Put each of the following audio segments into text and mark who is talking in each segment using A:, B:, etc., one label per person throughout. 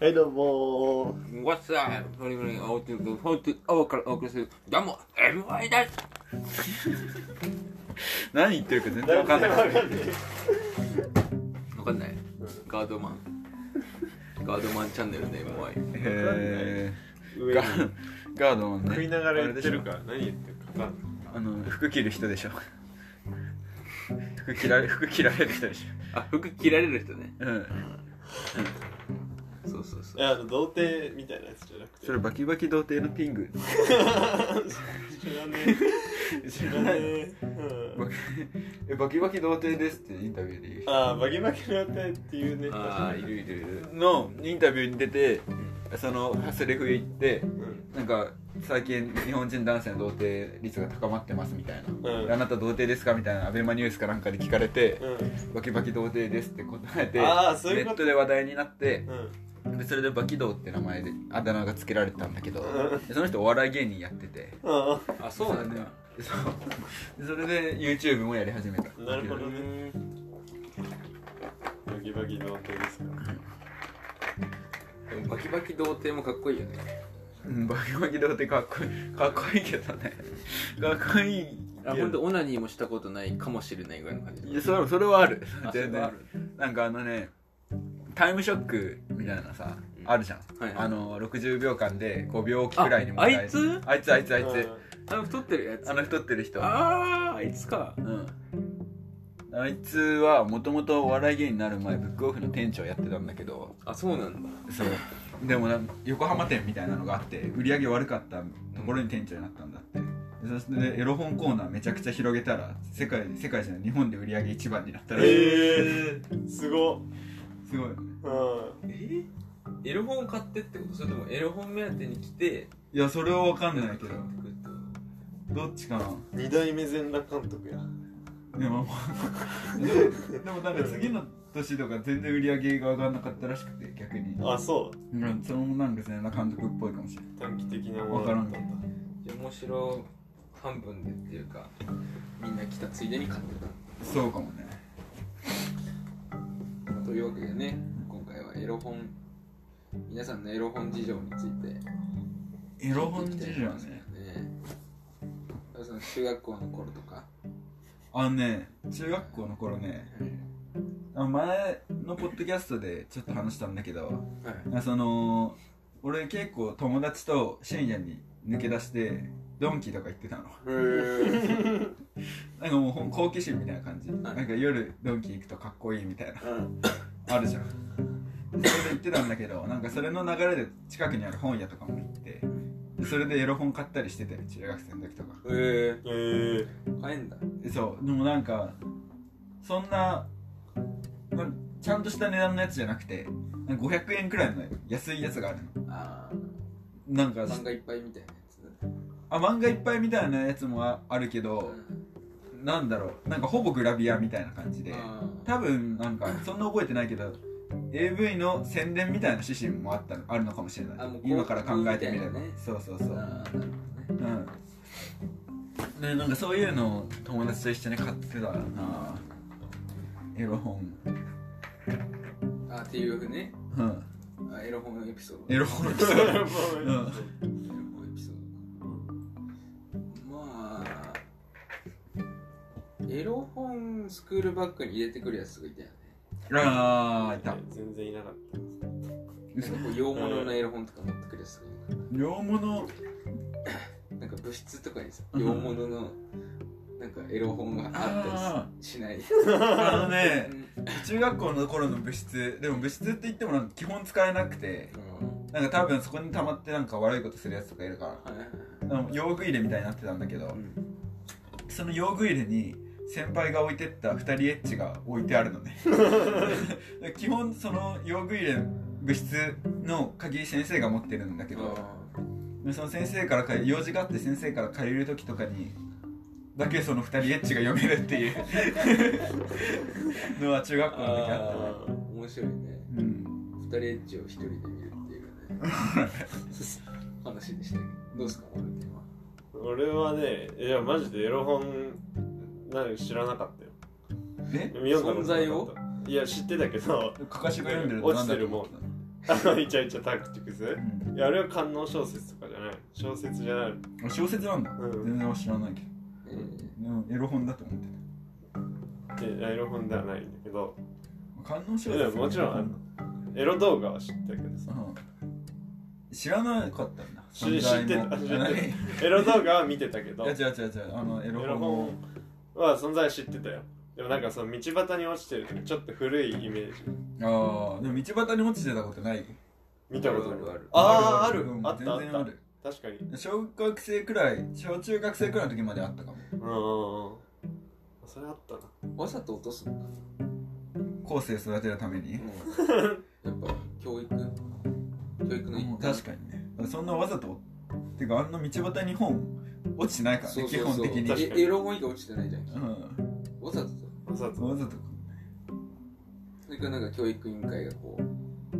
A: はい、どうも
B: What's up? ブリブリオーティブフォーティオーからお送りする。どうも、MY だ
C: 何言ってるか全
A: ー。
C: 然わかんない
A: わかんない。
B: わかんない。ガードマン。ガードマンチャンネルで MY。
C: へ
A: 上
C: ー
A: に
C: ガガードマンね
A: 食いながら言ってる
C: あれでし
A: から、何言ってるかわかんない。
C: ょあの服着る人でしょ服着られ服着られる人でし
B: あ、服着られる人ね。
C: ょうん
B: そうそうそ
A: いや、あの童貞みたいなやつじゃなくて。
C: それバキバキ童貞のピング
A: 知らねえ。
C: 知
A: 知
C: ら
A: らね
C: ない
A: え。うん
C: バキ えバキバキ童貞ですってインタビューで言う
A: ああ、バキバキの童貞っていうね。
B: う。ああ、いるいるいる。
C: 人のインタビューに出てそのセリフ言って
A: うん
C: なんか最近日本人男性の童貞率が高まってますみたいな、
A: うん
C: あなた童貞ですかみたいなアベマニュースかなんかで聞かれて、
A: うん
C: バキバキ童貞ですって答えて
A: あーそういう
C: ネ
A: こと
C: ットで話題になって
A: うん
C: でそれでバキ童って名前であだ名が付けられてたんだけど、
A: うん
C: でその人お笑い芸人やってて
A: あ
B: あ、そうなんだ。
C: でそうでそれで YouTube もやり始めた
A: あなるほどねバキバキ童貞ですか
B: でもバキバキ童貞もかっこいいよね。
C: うんバキバキ童貞かっこいいかっこいいけどねかっこいい
B: あ、ほんとオナニーもしたことないかもしれないぐらいの感じ
C: いやそれそれはある
B: あそれ
C: 全然
B: はある
C: なんかあのねタイムショックみたいなさ、
B: うん
C: あるじゃん、
B: はいはい
C: あの60秒間で5秒おきくらいに
B: ああいつ
C: あいつあいつあ
A: あ
C: いつ
B: あの太ってるやつ。
C: あの太ってる人
B: あー、あいつか。
C: うん、あいつはもともとお笑い芸人になる前ブックオフの店長やってたんだけど
B: あ、そうなんだ。
C: そうでもな横浜店みたいなのがあって売り上げ悪かったところに店長になったんだってでそして、ね、エロ本コーナーめちゃくちゃ広げたら世界世界じゃない日本で売り上げ一番になったらしい、
A: えーすごっ
C: すご
A: う
C: い
A: ん
B: えエロ本買ってってことそれともエロ本目当てに来て、
C: いやそれは分かんないけど
B: ど。
C: どっちかな
A: 二代目全裸監督や
C: でもでもなんか次の年とか全然売り上げが上がらなかったらしくて逆に
A: あそ
C: うんそのなんか全然監督っぽいかもしれない
A: 短
C: う
A: 期的なもの
C: わからん
A: だったんだ
B: 面白半分でっていうかみんな来たついでに買って
C: そうかもね
B: たというわけでね今回はエロ本皆さんのエロ本事情について
C: エロ本
B: 聞いて
C: 事
B: いき
C: 情
B: たいと思います
C: ね
B: ねその中学校の頃とか、
C: あのね中学校の頃ねあ前のポッドキャストでちょっと話したんだけど
B: はい、
C: あその俺結構友達と深夜に抜け出してドンキとか行ってたのなんかもうほん好奇心みたいな感じ、
B: はい
C: なんか夜ドンキ行くとかっこいいみたいな
B: うん
C: あるじゃんでそれで行ってたんだけどなんかそれの流れで近くにある本屋とかも行ってでそれでエロ本買ったりしてたよ中学生の時とか
B: え
A: えー
B: ー、買えんだ
C: そうでもなんかそんななんちゃんとした値段のやつじゃなくてなんか500円くらいの安いやつがあるの
B: あ
C: なんか
B: あ漫画いっぱいみたいなやつ、
C: あ漫画いっぱいみたいなやつもああるけ
B: う
C: ど
B: ん、
C: なんだろうなんかほぼグラビアみたいな感じで
B: あー
C: 多分なんかそんな覚えてないけど AV の宣伝みたいな指針もあったのあるのかもしれな
B: あ
C: い
B: もう
C: 今から考えてみれ
B: 広告みた
C: ば、
B: いなね
C: そうそうそう
B: あーなるほどね
C: うんねなんかそういうのを友達と一緒に買ってたなエロ本
B: あーっていうね
C: うん
B: あエロ本のエピソード
C: エロ本
A: うん
B: エロ本エピソードまあエロ本スクールバッグに入れてくるやつがいたよね
C: ああいた
A: 全然いなかった
B: なんかこう洋物のエロ本とか持ってくるやつがい
C: 両物
B: たなんか部室とかにさ
C: うん
B: 洋物のなんかエロ本があったりしない
C: あのね
B: うん
C: 中学校の頃の部室でも部室って言ってもなんか基本使えなくてなんか多分そこに溜まってなんか悪いことするやつとかいるから
B: はいはいはい
C: なんか用具入れみたいになってたんだけどその用具入れに先輩が置いてった2人エッチが置いてあるのね 基本その用具入れ部室の鍵先生が持ってるんだけどでその先生から借り用事があって先生から借りる時とかにだけその2人エッチが読めるっていう のは中学校の時あったね
B: あー面白いね
C: うん
B: 二人エッチを一人で見るっていうね話でしたけどどうですか俺の点は
A: 俺はねいやマジでエロ本なんか知らなかったよ
C: え
A: 見ようと思ってなか
B: 存在
A: ったいや知ってたけど
C: かかしが読んでると
A: 落ち
C: 何
A: て
C: だ
A: る
C: と
A: も
C: 思
A: ん
C: ってたの
A: あのイチャイチャタクティクス
C: うん
A: いやあれは官能小説とかじゃない小説じゃない
C: あ小説なんだ
A: うん
C: 全然知らないけ
B: うん
C: どうんエロ本だと思って
A: でエロ本ではないんだけど
C: た観音小
A: いや
C: 説
A: もちろんあるのエロ動画は知ったけど さ
C: うん知らなかったんだ
A: 知知ってた知っ
C: 存在も
A: てた
C: 知らない い
A: エロ動画は見てたけど
C: や違う違う違うあのエ
A: エ
C: ロ
A: ロ
C: 本を
A: 本は存在知ってたよでもなんかその道端に落ちてるとかちょっと古いイメージ
C: ああでも道端に落ちてたことない
A: 見たことあ
B: あるあ
A: る
B: る
A: あーある
C: うん
A: あったあ
C: 全然あ
A: った
C: る
A: 確かに
C: 小学生くらい小中学生くらいの時まであったかも
A: うんうんうんそれあったな
B: わざと落とすんだ、
C: 後世育てるため に
B: うん、やっぱ教育教育の一
C: うん
B: 環
C: 確かにねそんなわざとてかあんな道端に本落ちてないから
B: そ
C: ね
B: うそう
C: 基
B: そう
C: 本的に
A: 確かに
B: えエロ本以外落ちてないじゃん
C: うん
B: わざとだ
A: わざと
C: わざと
B: それからなんか教育委員会がこ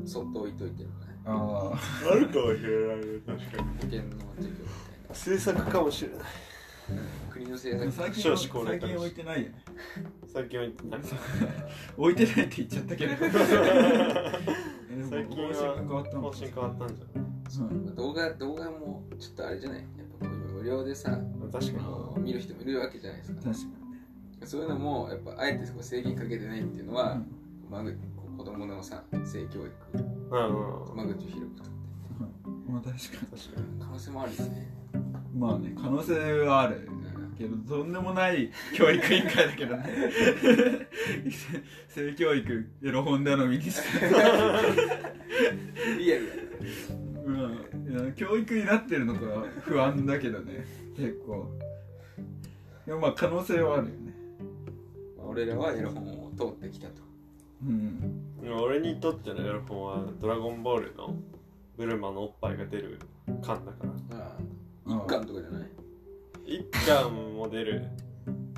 B: うそっと置いといてるからね
C: ああ
A: あるかもしれないね確かに
B: 保険の授業み
A: 制作かもしれない
B: たいな国の政
C: でも
B: 策
C: 最近
A: 少子高齢化
C: 最近置いてないよね
A: 最近は言ってない
C: 置いてないって言っちゃったけど
A: 最近は
C: 方針が変わった
A: 方
C: もん
A: 針変わったんじゃ
C: うん
B: 動画動画もちょっとあれじゃないやっぱこういう無料でさ
A: ない確かに
B: こう見る人もいるわけじゃないですか
C: 確か
B: そういうのもやっぱあえてこう制限かけてないっていうのは、
C: に
B: まあ、こう子供のさ性教育
A: うんうんうん
B: 間口を広くとって
C: まあ確か
A: 確か
B: 可能性もあるよね
C: にまあね可能性はある
B: うん
C: けどとんでもない教育委員会だけどね性教育エロ本頼みにして
B: リアルだね
C: うんいや教育になってるのか不安だけどね結構でもまあ可能性はあるよね
B: まあ俺らはエロ本を通ってきたと
C: うん
A: にでも俺にとってのエロ本は「ドラゴンボール」のブルマのおっぱいが出る巻だから
B: ああ
C: あ
B: 一巻とかじゃない
A: 1巻も出る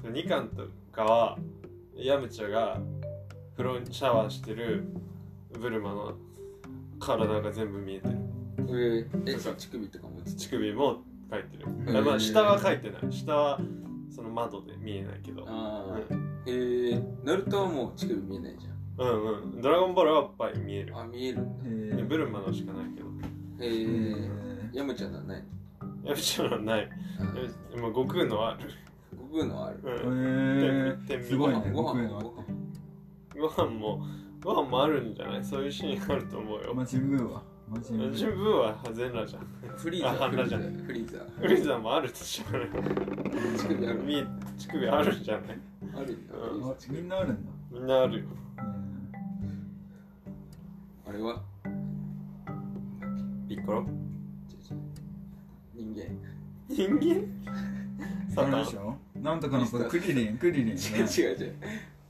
A: 2巻とかはヤムチャが風呂シャワーしてるブルマの体が全部見えてる
B: ええそう乳首とかも映って
A: 乳首も描いてる、
C: へー
A: まあ下は描いてない下はその窓で見えないけど、
B: ああ
A: うん、
B: えー、ナルトはもう乳首見えないじ
A: うんうんドラゴンボールはおっぱい見える
B: ゃんあ見えるんだ
C: え
A: で
C: ー
A: ブルマのしかないけど
B: え
C: え
B: ー、
C: ー
B: ヤムちゃんのはない
A: ヤムチャのはない
B: あ
A: ヤムチャまあ悟空のはある、
B: 悟空のはある
A: うん
C: え
A: 天
C: ー、
A: 秤
C: すごいね
B: ご
C: 僕
B: 飯
C: へ
B: も
C: の
A: ご飯もご飯もあるんじゃないそういうシーンあると思うよ、
C: マジングーはマジング
A: 自
C: ー
A: 分は全裸じゃん
B: フリーザ
A: あ
B: ーフリーザ
A: 反
B: ーフリーザ
A: フリーザもあると知らない
B: ー乳首ある
A: み乳首あるんじゃない
B: あるんだ
A: うん
B: フ
C: あ
B: リ
C: み
B: ーザー
C: んなあるんだ、
A: みんなあるよ
C: うん
B: あれは
A: ピッコロ
B: 人間
A: 人間サ
C: あ
A: タ
C: れ
A: ン
C: でしょなんとかのことクリリンクリリン、ね、
B: 違う違う違う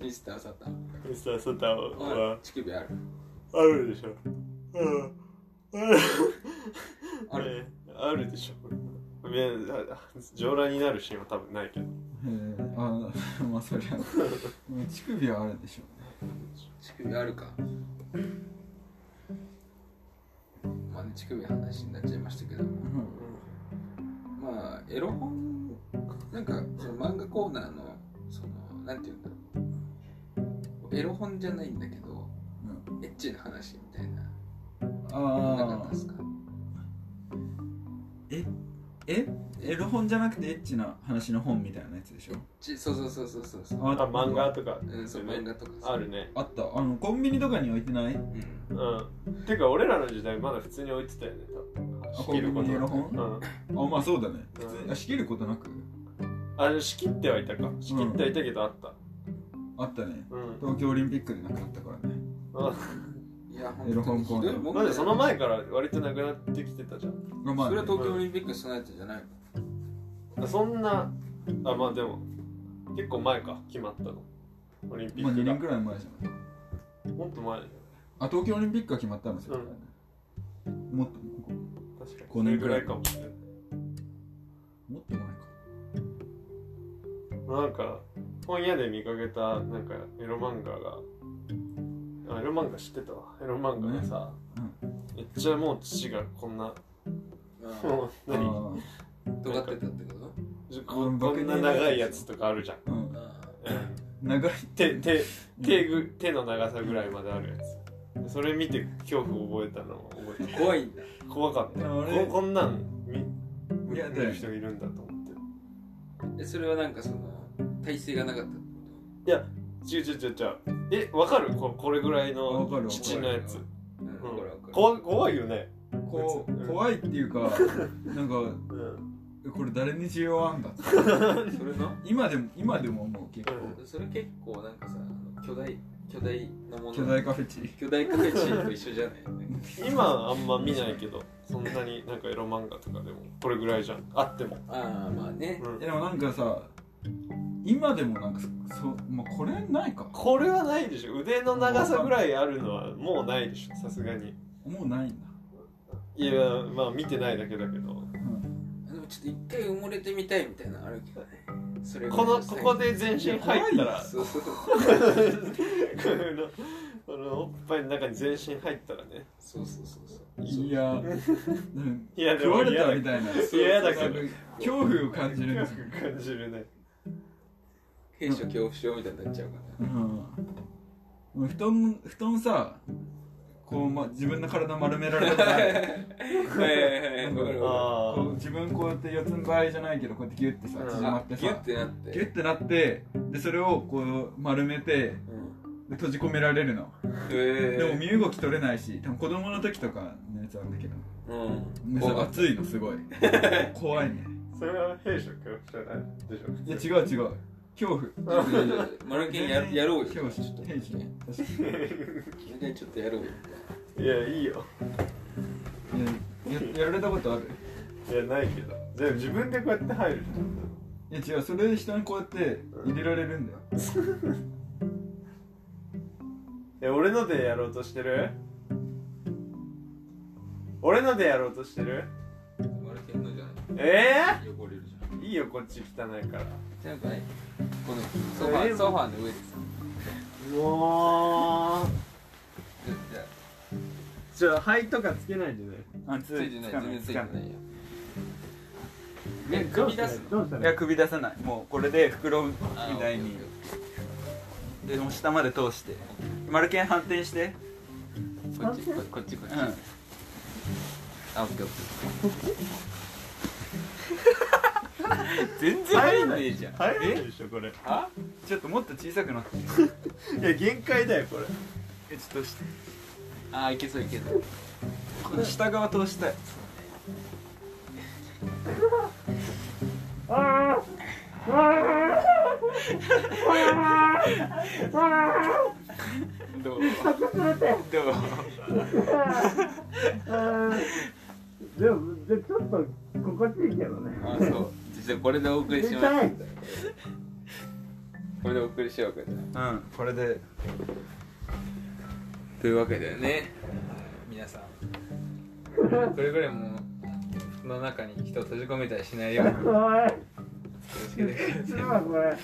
B: ミスターサタン
A: ミスターサタン
B: あ
A: は
B: 乳首ある
A: あるでしょうん
B: ある
A: ねあるでしょいやあ上裸になるシーンは多分ないけど
C: えー、あ ーまあそりゃうん乳首はあるでしょ
B: 乳首あるかまあね乳首の話になっちゃいましたけど
C: う、ん
B: まあエロ本なんかその漫画コーナーのそのなんていうんだろうエロ本じゃないんだけどエッチな話みたいな
C: あ
B: なかった
C: あ
B: ですか
C: ええエロ本じゃなくてエッチな話の本みたいなやつでしょ
B: ちそうそうそうそうそうそう
A: あ漫画とか
B: うんそう漫画とかさ
A: あるね
C: あったあのコンビニとかに置いてない
B: うん
A: うんてか俺らの時代まだ普通に置いてたよね多分仕切ること
C: あ
A: な
C: こ
A: く
C: こにエロ
A: うん
C: あまあそうだね普通にあ仕切ることなく
A: あれ仕切ってはいたか仕切ってはいたけどあった
C: あったね
A: うん
C: 東京オリンピックでなくなったからね
B: いや
C: エロ
B: 本当に
C: 本コー
B: ひ
C: ナ
B: ど
C: ー
B: いもん
A: な
B: だよ
A: んでその前から割となくなってきてたじゃん
C: まあ
B: それは
C: ね
B: 東京オリンピックそのやつじゃないの
A: そんなあまあでも結構前か決まったのオリンピ
C: まあ
A: ッ
C: 2
A: クが
C: 年くらい前じゃん
A: もっと前
C: あ東京オリンピックが決まったのですよ、もっとここ
A: 確かにそ
C: 五
A: れ
C: 年
A: ぐ
C: く
A: ら
C: らい
A: いかもしれない
C: もっと前か
A: なんか本屋で見かけたなんかエロ漫画があエロ漫画知ってたわエロ漫画がさ、めっちゃもう父がこんなもう
C: あ
A: 何
C: ー
B: 尖ってたってこと
A: ここんな長いやつとかあるじゃん
C: うん
B: あ
A: うん
C: 長い
A: 手手手ぐ手の長さぐらいまであるやつそれ見て恐怖を覚えたのを覚えてる
B: 怖いんだ
A: 怖かった
C: あれ
A: ここんなん見見
C: いや
A: 見る人いるんだと思って
B: えそれはなんかその体勢がなかったって
A: 違う違う違う違うえわかるここれぐらい
C: わ
A: の
C: かるわかる
A: 父のやつ
B: ことうん
A: うん
B: わかるわかる
A: 怖怖いよね
C: こ
A: うん
C: う怖いってい うかなんか
A: うん
C: これ誰に需要あんだって
B: それな
C: 今でも今でも思う結構
B: それ結構なんかさあの巨大巨大なもの
C: 巨大カフェチ
B: 巨大カフェチーと一緒じゃない よね
A: 今あんま見ないけどそんなになんかエロ漫画とかでもこれぐらいじゃんあっても、
B: ああまあね
A: うん
C: えでもなんかさ今でもなんかそそう、まあ、これないか
A: これはないでしょ腕の長さぐらいあるのはもうないでしょさすがに
C: もうないんだ、
A: いやまあ見てないだけだけど
C: うん、
B: でもちょっと一回埋もれてみたいみたいなのあるけどねそれぐら
A: こ
B: い
A: の
B: サ
A: こ
B: イズ
A: こで全身入ったら
B: そうそう
A: この このおっぱいの中に全身入ったらね
B: そうそうそうそう
C: い やなん
A: いやで
C: か食
A: も
C: われ
A: 嫌
C: た
A: だ
C: みたいな
A: 嫌だ
C: な
A: け
C: んか
A: ど
C: 恐怖を感じるんですよ
A: 恐怖感じるね
B: 兵所恐怖症みたいになっちゃうか
C: うんもう布団布団さこう、ま、自分の体丸められたこ とない
B: らはいはいはいはいわかるわか
A: あ
C: こう自分こうやって四つん這いじゃないけどこうやってギュッてさ
A: うん
C: 縮
B: る
C: ま
B: あ
C: って
B: ギュ
C: さ
B: ッてなっ
C: ギュ
B: て
C: ッてなってでそれをこう丸めて
B: うん
C: で閉じ込められるの
B: へえ
C: でも身動き取れないし多分子供の時とかのやつなんだけど
B: うん
C: でそれ
B: 怖い
C: 熱いのす ごい怖いね
A: あそれは兵所恐怖じゃないでしょ
C: いや違う違う恐怖
B: マルケンややろうよ
C: 恐怖
B: ちょっと
C: 兵士
B: もう一回ちょっとやろうよ
A: いやいいよ
C: いやややられたことある
A: いやないけどでも自分でこうやって入る
C: いや違うそれ下にこうやって入れられるんだよ
A: え俺のでやろうとしてる俺のでやろうとしてる
B: マルケンのじゃない
A: え
B: 汚れるじゃん
A: えいいよこっち汚いから
B: なんかねこのソファーソファーの上でさ
A: もう
B: じゃじゃ
A: じゃあ灰とかつけないでね
C: あ
B: ついてない全然ついてないよ
A: え
B: ね組み出す
A: どうした
C: いや首出さないもうこれで袋み
B: あー
C: たいに
B: オッケーオッ
C: でもう下まで通して丸剣反転して
B: ケーこっちここっちこっち
C: うん
B: あオッケーオッケ
C: 全
B: ー入んねえじゃん
A: 入らないでしょこれい
B: あ
C: ちょっともっと小さくなって
A: や限界だよこれ
C: えちょっとして
B: あいけそういけそう
C: この下側通したい
B: どうどう
A: でもでちょっと心地いいけどね
B: あそうじゃあこれでお送りしますこれでお送りしようかじゃあ
C: うんこれで
B: というわけでね皆さんくれぐれも服の中に人を閉じ込めたりしないように気をつけてください
A: 今これ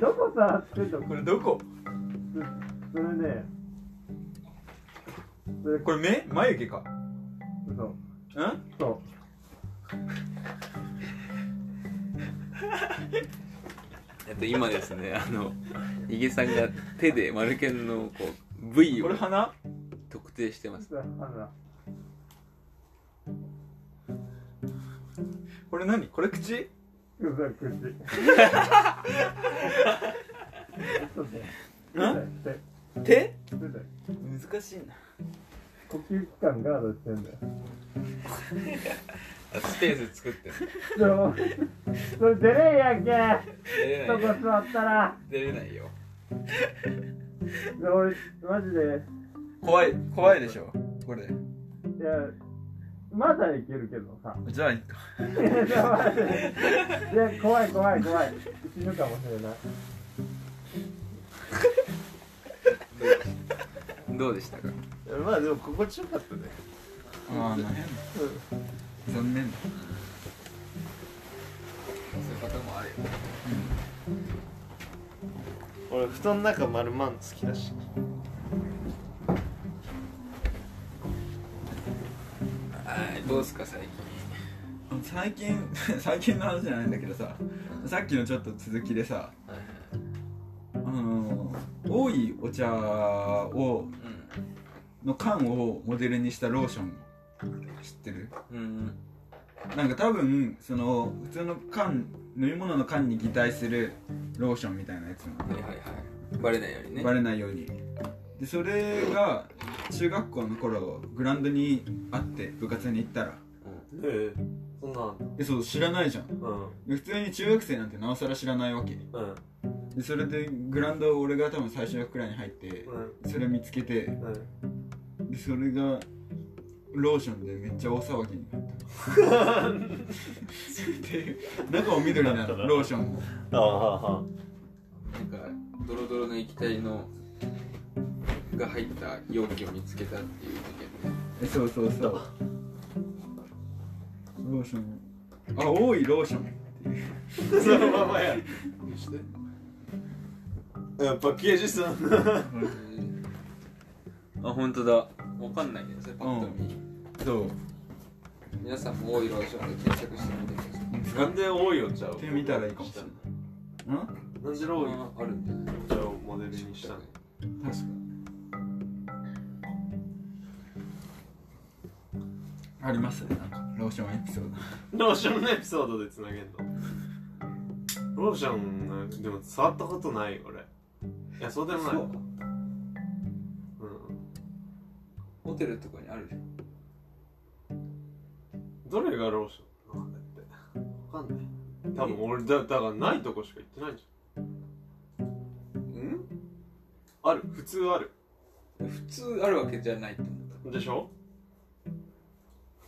A: どこ触ってんの
C: これどこ
A: それねそれ
C: これ目眉毛か
A: そう
C: うん
A: そう
B: えっと今ですね あのイゲさんが手で丸剣のこう部位
C: こ
B: を
C: れ鼻
B: 特定してます
A: 実は鼻
C: これ何これ口
A: うざくしちょっと
C: うん
A: 手手
C: 手
A: 手で
C: 難しいな
A: 呼吸器官ガードしてんだよ
B: あスペース作ってる
A: でもそれ出れんやんけ
B: 出れ
A: そ
B: な
A: こ
B: いよ
A: 座ったら
B: 出れないよ
A: で俺マジで
C: 怖い怖いでしょこれ
A: いやまだいけるけどさ
C: じゃあいいか
A: いやマジ でいや怖い怖い怖い死ぬかもしれない
B: どうでしたか
A: まあでも心地よかったね
C: ああ変だ残念だ
B: そういう方もあるよ
A: 俺布団の中丸まん好きだし
B: はいどうすか最近
C: 最近 最近の話じゃないんだけどささっきのちょっと続きでさあの多いお茶を
B: うん
C: の缶をモデルにしたローション知ってる
B: うん
C: なんか多分その普通の缶飲み物の缶に擬態するローションみたいなやつな
B: はい
C: の
B: はいはいバレないようにね
C: バレないようにでそれが中学校の頃グラウンドにあって部活に行ったら
A: ええそんなんあんの
C: えそう知らないじゃん
A: うん
C: で普通に中学生なんてなおさら知らないわけ
A: うん
C: でそれでグラウンド俺が多分最初くらいに入って
A: うん
C: それ見つけて
A: うん
C: でそれがローションでめっちゃ大騒ぎになったで 中を緑なのローションも
A: ああは
B: なんかドロドロの液体のが入った容器を見つけたっていう
C: えそうそうそうローションあ多いローションっていう
A: あそのままや
B: 事件
A: うんパッケージさん
B: で
C: あ本当だ
B: わかんないねそれパッと見、
C: そう
B: 皆さんも多いローションで検索してみてください
C: 使
A: な
C: っ
A: んで多いお茶を
C: てみたらいいかもしれないん
A: なんで多いお
B: あるんじゃない
A: 茶をモデルにしたの
C: 確かありますねなんかローションエピソー
A: ローションのエピソードでつなげんのローションなでも触ったことない俺いやそうでもない
B: そう
A: うん
B: ホテルとかにあるじゃん
A: どれがローションなんだってわかんない多分俺だだからないとこしか行ってないじ
B: うん
A: ゃんある普通ある
B: 普通あるわけじゃないって思っ
A: でしょ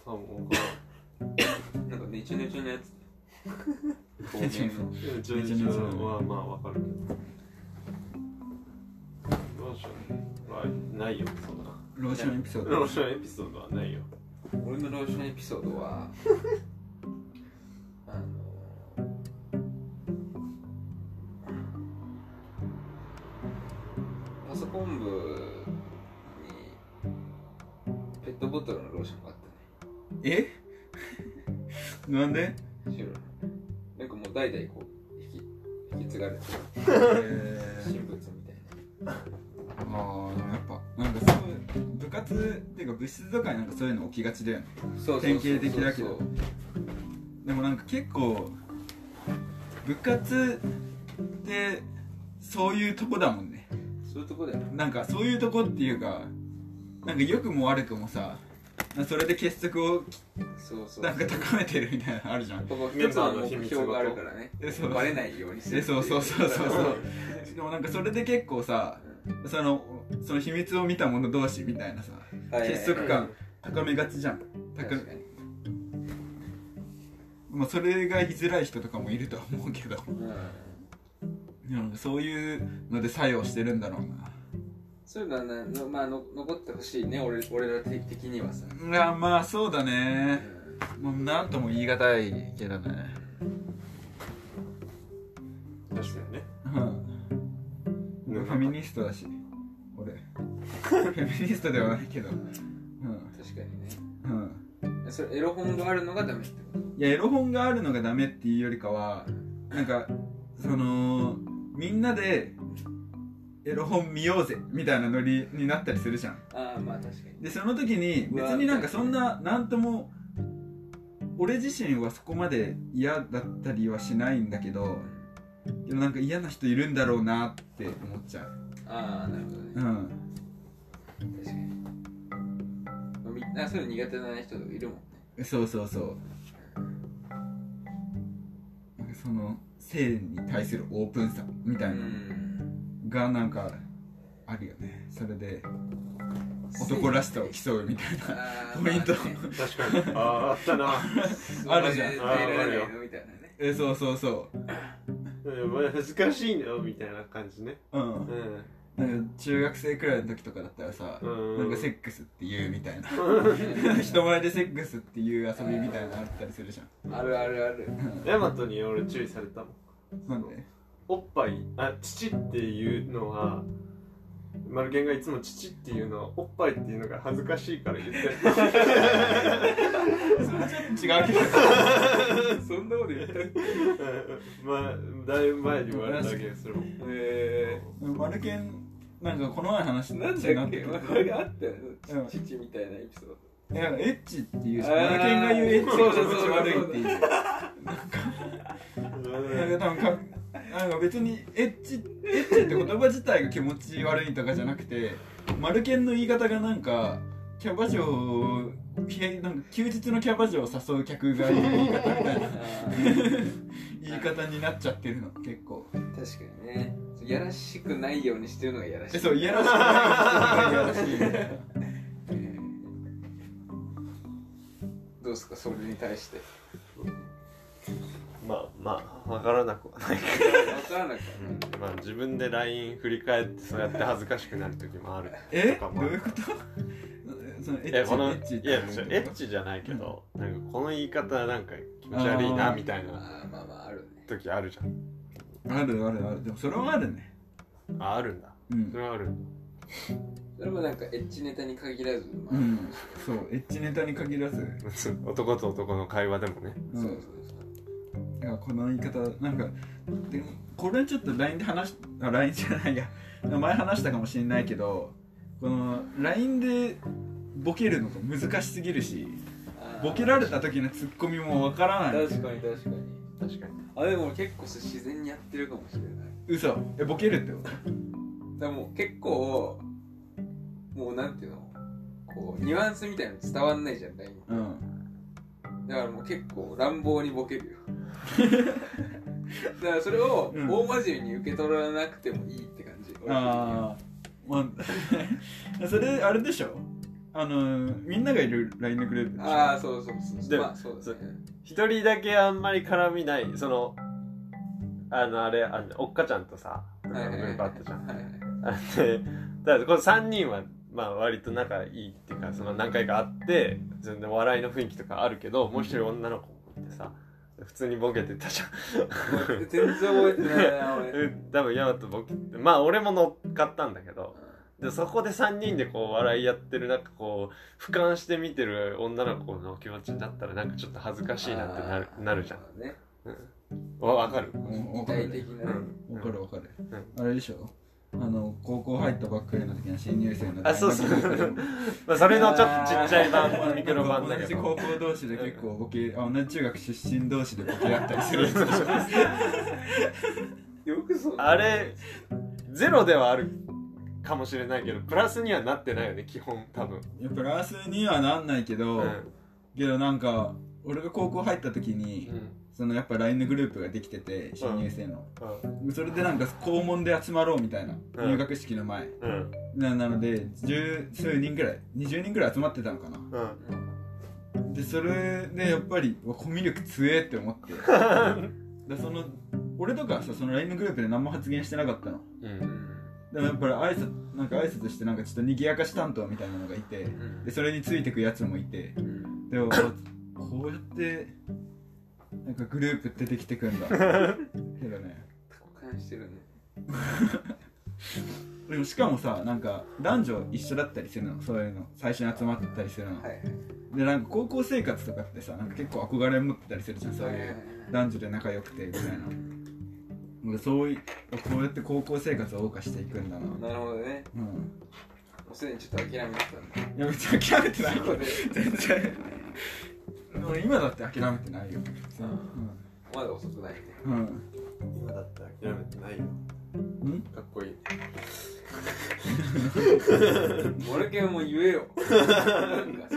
A: 多分わか
B: たなんかネチュネチュのや つ
C: ド
B: 透明の
A: らんめちゃ
C: め
A: め
C: ち
A: ち
C: ゃめちゃ
A: ゃはまあわかるけどローションはないよそんな
C: ローションエピソー
A: ロ
C: ド
A: ーションエピソードはないよ
B: 俺のローションエピソードは あのパソコン部にペットボトルのローションがあっ
C: え なんで、
B: たね白いなんかもう代々こう引き引き継がれてる
C: えー
B: 神仏みたい
C: あーでもやっぱなんかそういう部活っていうか部室とかになんかそういうの起きがちだよね
B: なそうそうそうそう
C: 典型的だけどでもなんか結構部活ってそういうとこだもんね
B: そういうとこだよ
C: なんかそういうとこっていうかなんか良くも悪くもさそれで結束を
B: そうそう
C: なんか高めてるみたいなのあるじゃん
B: ここ一つの目標があるからね
C: えそう
B: バレないようにする
C: えそうそうそうそうそうしかもなんかそれで結構さそのその秘密を見た者同士みたいなさ
B: はいはいはい
C: 結束感高めがちじゃん高
B: 確かに
C: まあそれが居づらい人とかもいるとは思うけど
B: うん
C: でもなんかそういうので作用してるんだろう
B: そういうのはなの、まあ、の残ってほしいね俺俺ら的的にはさ、
C: ないやまあそうだ
B: う
C: ね
B: ん
C: もう何とも言い難いけどね
A: 確かにね
C: うん、フェミニストだし 俺フェミニストではないけどうん
B: 確かにね
C: うん
B: それエロ本があるのがダメってこ
C: いやエロ本があるのがダメっていうよりかはなんかそのみんなでエロ本見ようぜみたいなノリになったりするじゃん
B: とああまあ確かに
C: でその時に
B: うわ
C: 別になんかそんな何とも俺自身はそこまで嫌だったりはしないんだけどでもなんか嫌な人いるんだろうなって思っちゃう
B: ああなるほどね
C: うん
B: 確かにまあみんなそういうの苦手な人いるもんね
C: そうそうそうなんかその性に対するオープンさみた
B: う
C: いなの
B: ん
C: がなんかあるよねそれで男らしさを競うみたいな
B: あー
C: ポイント
B: まあね
A: 確かにあああったな
C: あるじゃん
B: そう耐えられないのみたいなね
C: えそうそうそ
A: うんまあ恥ずかしいのみたいな感じね
C: うう
A: うんん
C: なんか中学生くらいの時とかだったらさ
A: うん
C: なんかセックスっていうみたいな
B: うん
C: 人前でセックスっていう遊びみたいなのあったりするじゃん
B: あるあるある
A: ヤマトに俺注意されたもん
C: なんで
A: おっぱいあ乳っていうのはマルケンがいつも乳っていうのはおっぱいっていうのが恥ずかしいから言ってる
C: それちょっと違うけど
B: そんなこと言ったっけ
A: うんまあだいぶ前に言われたけどそれも
B: え
C: マルケンなんかこの前話した
B: な
C: エ
B: ん
C: ッチに
B: だ
C: なっ
B: ってけ
C: る
B: これがあったよね
C: うん
B: 父みたいなエピソード
C: いやエッチっていうし
B: あー
C: マネケンが言うエッチが
B: そう
C: 気
B: そうそう
C: 持ち悪いっていうなんかなんか多分かなんか別にエッチエッチって言葉自体が気持ち悪いとかじゃなくてマルケンの言い方がなんかキャバ嬢をひなんか休日のキャバ嬢を誘う客が言う言い方みたいな言い方になっちゃってるの結構
B: 確かにねやらしくないようにしてるのがやらしい
C: えそういやらしくないやらしいみたいな
B: どうですかそれに対して
A: まあまあわからなくはないけ
B: 分からなく
A: ど、まあ自分で LINE 振り返ってそうやって恥ずかしくなる時もある
C: え
A: とか
C: ど
A: も
C: う
A: あ
C: い
A: る
C: うことそのエ
A: いやこのい
C: ッチエッチ
A: やエ
C: ってこと
A: ッチじゃないけど、なんかこの言い方なんか気持ち悪いなみたい
B: は
A: な
B: あーまあまああるね
A: 時あるじゃん
C: あるあるあるでもそれはあるね
A: ああるんだ
C: うん
A: それはある んだ
B: それもなんかエッチネタに限らず、まあ
C: うんそうエッチネタに限らず、
A: 男と男の会話でもね
C: う、
B: そうん
C: いやこの言い方なんかでもこれちょっと LINE で話しあ LINE じゃないや前話したかもしれないけどこの LINE でボケるのが難しすぎるしボケられた時のツッコミもわからない
B: 確かに確かに
A: 確かに
B: あでも俺結構それ自然にやってるかもしれない
C: 嘘えボケるってこと
B: でも結構もうなんていうのこうニュアンスみたいなの伝わんないじゃん LINE
C: うん
B: だからもう結構乱暴にボケるよだからそれを
C: うん
B: 大真面目に受け取らなくてもいいって感じ、俺
C: ああまあ それあれでしょあのみんながいる LINE でくれるでしょ
B: あーそうそうそう
A: でも
B: まあそうだね
A: 一人だけあんまり絡みないそのあのあれあのおっかちゃんとさメ
B: はいはいはい
A: ンバーあったじゃん
B: はいはい
A: あ でだからこの3人はまあ割と仲いいっていうかその何回かあって全然笑いの雰囲気とかあるけどもう一人女の子ってさ普通にボケてたじゃん
B: 全然覚えてないな俺
A: え多分ヤマトボケてまあ俺も乗っかったんだけどでそこで3人でこう笑いやってるなんかこう俯瞰して見てる女の子の気持ちになったらなんかちょっと恥ずかしいなってなる
B: あー
A: なるじゃん
B: そうだね
A: わわかる
C: うんわ
B: 具
C: か
B: 体
C: るね
B: 的な、
A: うん
C: わかるわかる、あれでしょあの高校入ったばっかりの時の新入生の
A: あそうそう
C: 大学生
A: まあ、それのちょっとちっちゃい版ミクロ版だ
C: 同
A: け
C: じ
A: ど
C: 高校同士で結構ボケあ同じ中学出身同士でボケ合ったりするやつでしょ
B: よくそう
A: あれゼロではあるかもしれないけどプラスにはなってないよね基本多分、
C: いやプラスにはなんないけ
A: う
C: ど、
A: ん
C: けどなんか俺が高校入った時に、
A: うん
C: そのやっぱ LINE のグループができてて新入生の、それでなんか校門で集まろうみたいな、
A: うん
C: 入学式の前
A: うん
C: ななので十数人ぐらい20人ぐらい集まってたのかな
A: うん
C: でそれでやっぱりうわコミュ力強えって思って でその俺とかはさその LINE のグループで何も発言してなかったの
A: う
B: うんん
C: でもやっぱり挨拶なんか挨拶してなんかちょっと賑やかし担当みたいなのがいて
B: うん
C: でそれについてくやつもいて
B: うん
C: でもこうやってなんかグループってできてく んだけどね
B: 互換してるね
C: でもしかもさなんか男女一緒だったりするのそういうの最初に集まったりするの、
B: はいはい
C: でなんか高校生活とかってさなんか結構憧れ持ってたりするじゃんそう
B: はい
C: い
B: はいうはい
C: 男女で仲良くてみたいな俺そういこうやって高校生活を謳歌していくんだな
B: なるほどね
C: うん
B: もうすでにちょっと諦めてたんだ
C: いや別に諦めてない
B: そこで
C: 全然もう 今だって諦めてないよ
B: まだ遅くないね
C: うん、うん
A: 今だったら諦めてないよ
C: うん、
A: かっこいい
B: モルケンも言えよなんかさ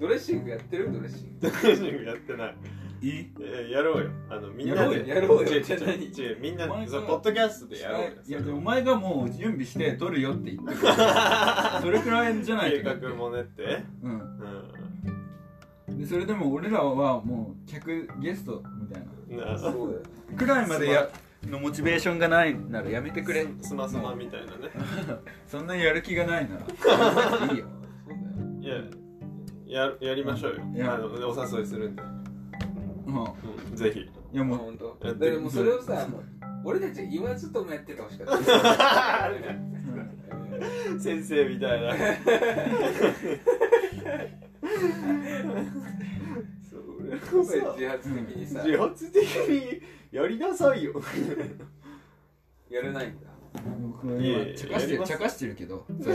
B: ドレッシングやってるドレッシン
A: ド
B: グ
A: レッシングやって ない
C: いい
A: えーやろうよあのみんなで
B: やろうよやろうよ
A: 違違
B: じゃあ何
A: 違うみんな
C: お前
A: で
C: が
A: そのポッドキャストでやろうよ
C: いやでもお前がもう準備して撮るよって言ってくれる それくらいじゃない
A: 計
C: とだって
A: 画もねって
C: うん
A: うん
C: でそれでも俺らはもう客ゲストみたいな
A: なあ
B: そうだよ
C: くらいまでやのモチベーションがないならやめてくれ
A: ススマスマみたいなね
C: そんなやる気がないならいいよ
B: そうだよ
A: いやややりましょうよ
C: いや
A: あのお誘いするんで、
C: うん
A: うん、ぜひ
C: いや
B: ま
C: も
B: あ
C: う
B: 本当
A: や
B: だ
A: っ
B: か
A: てる
B: らもうそれをさ俺たち言わずともやっててほしかった
C: うん
A: 先生みたいな
B: そう自発的にさ
A: 自発的にやりなさいよ
B: やれないんだ
C: 僕は
A: 今いえいえ
C: 茶化し
A: や
C: て
A: りま
C: る
A: す
C: 茶化してるけど
A: ちゃか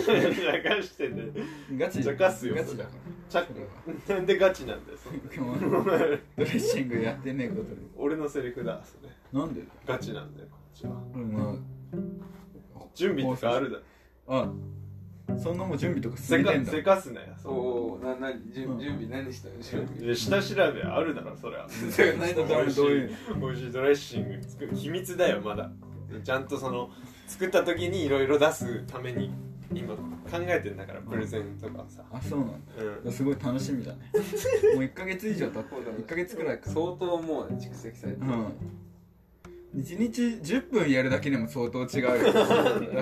A: してて
C: ガ チ
A: 茶化すよ
C: ガチだから
A: ちゃ
C: これは
A: なんでガチなんだよそんな
C: 僕もドレッシングやってねえことで
A: 俺のセリフだそれ
C: なんで
A: ガチなんだよこっちは
C: 俺も
A: 準備とかあるだろ
C: あそんなもん準備とか進
A: せ
C: め
A: か
C: てんだ
A: せかすなよそん
B: おおなな準
C: うん
B: 準備何したの準
A: な
B: 備
A: いや下調べあるだろそれは
C: それはないとダメどういう
A: 美味しいドレッシング作る秘密だよまだちゃんとその作った時にいろいろ出すために今考えてんだからプレゼンとかさ
C: あそうなん
A: うん
C: だすごい楽しみだねもう1ヶ月以上経って
B: そうだね
C: 1ヶ月くらいか
B: 相当もう蓄積されて
C: う
B: る
C: ん1日10分やるだけでも相当違う よだ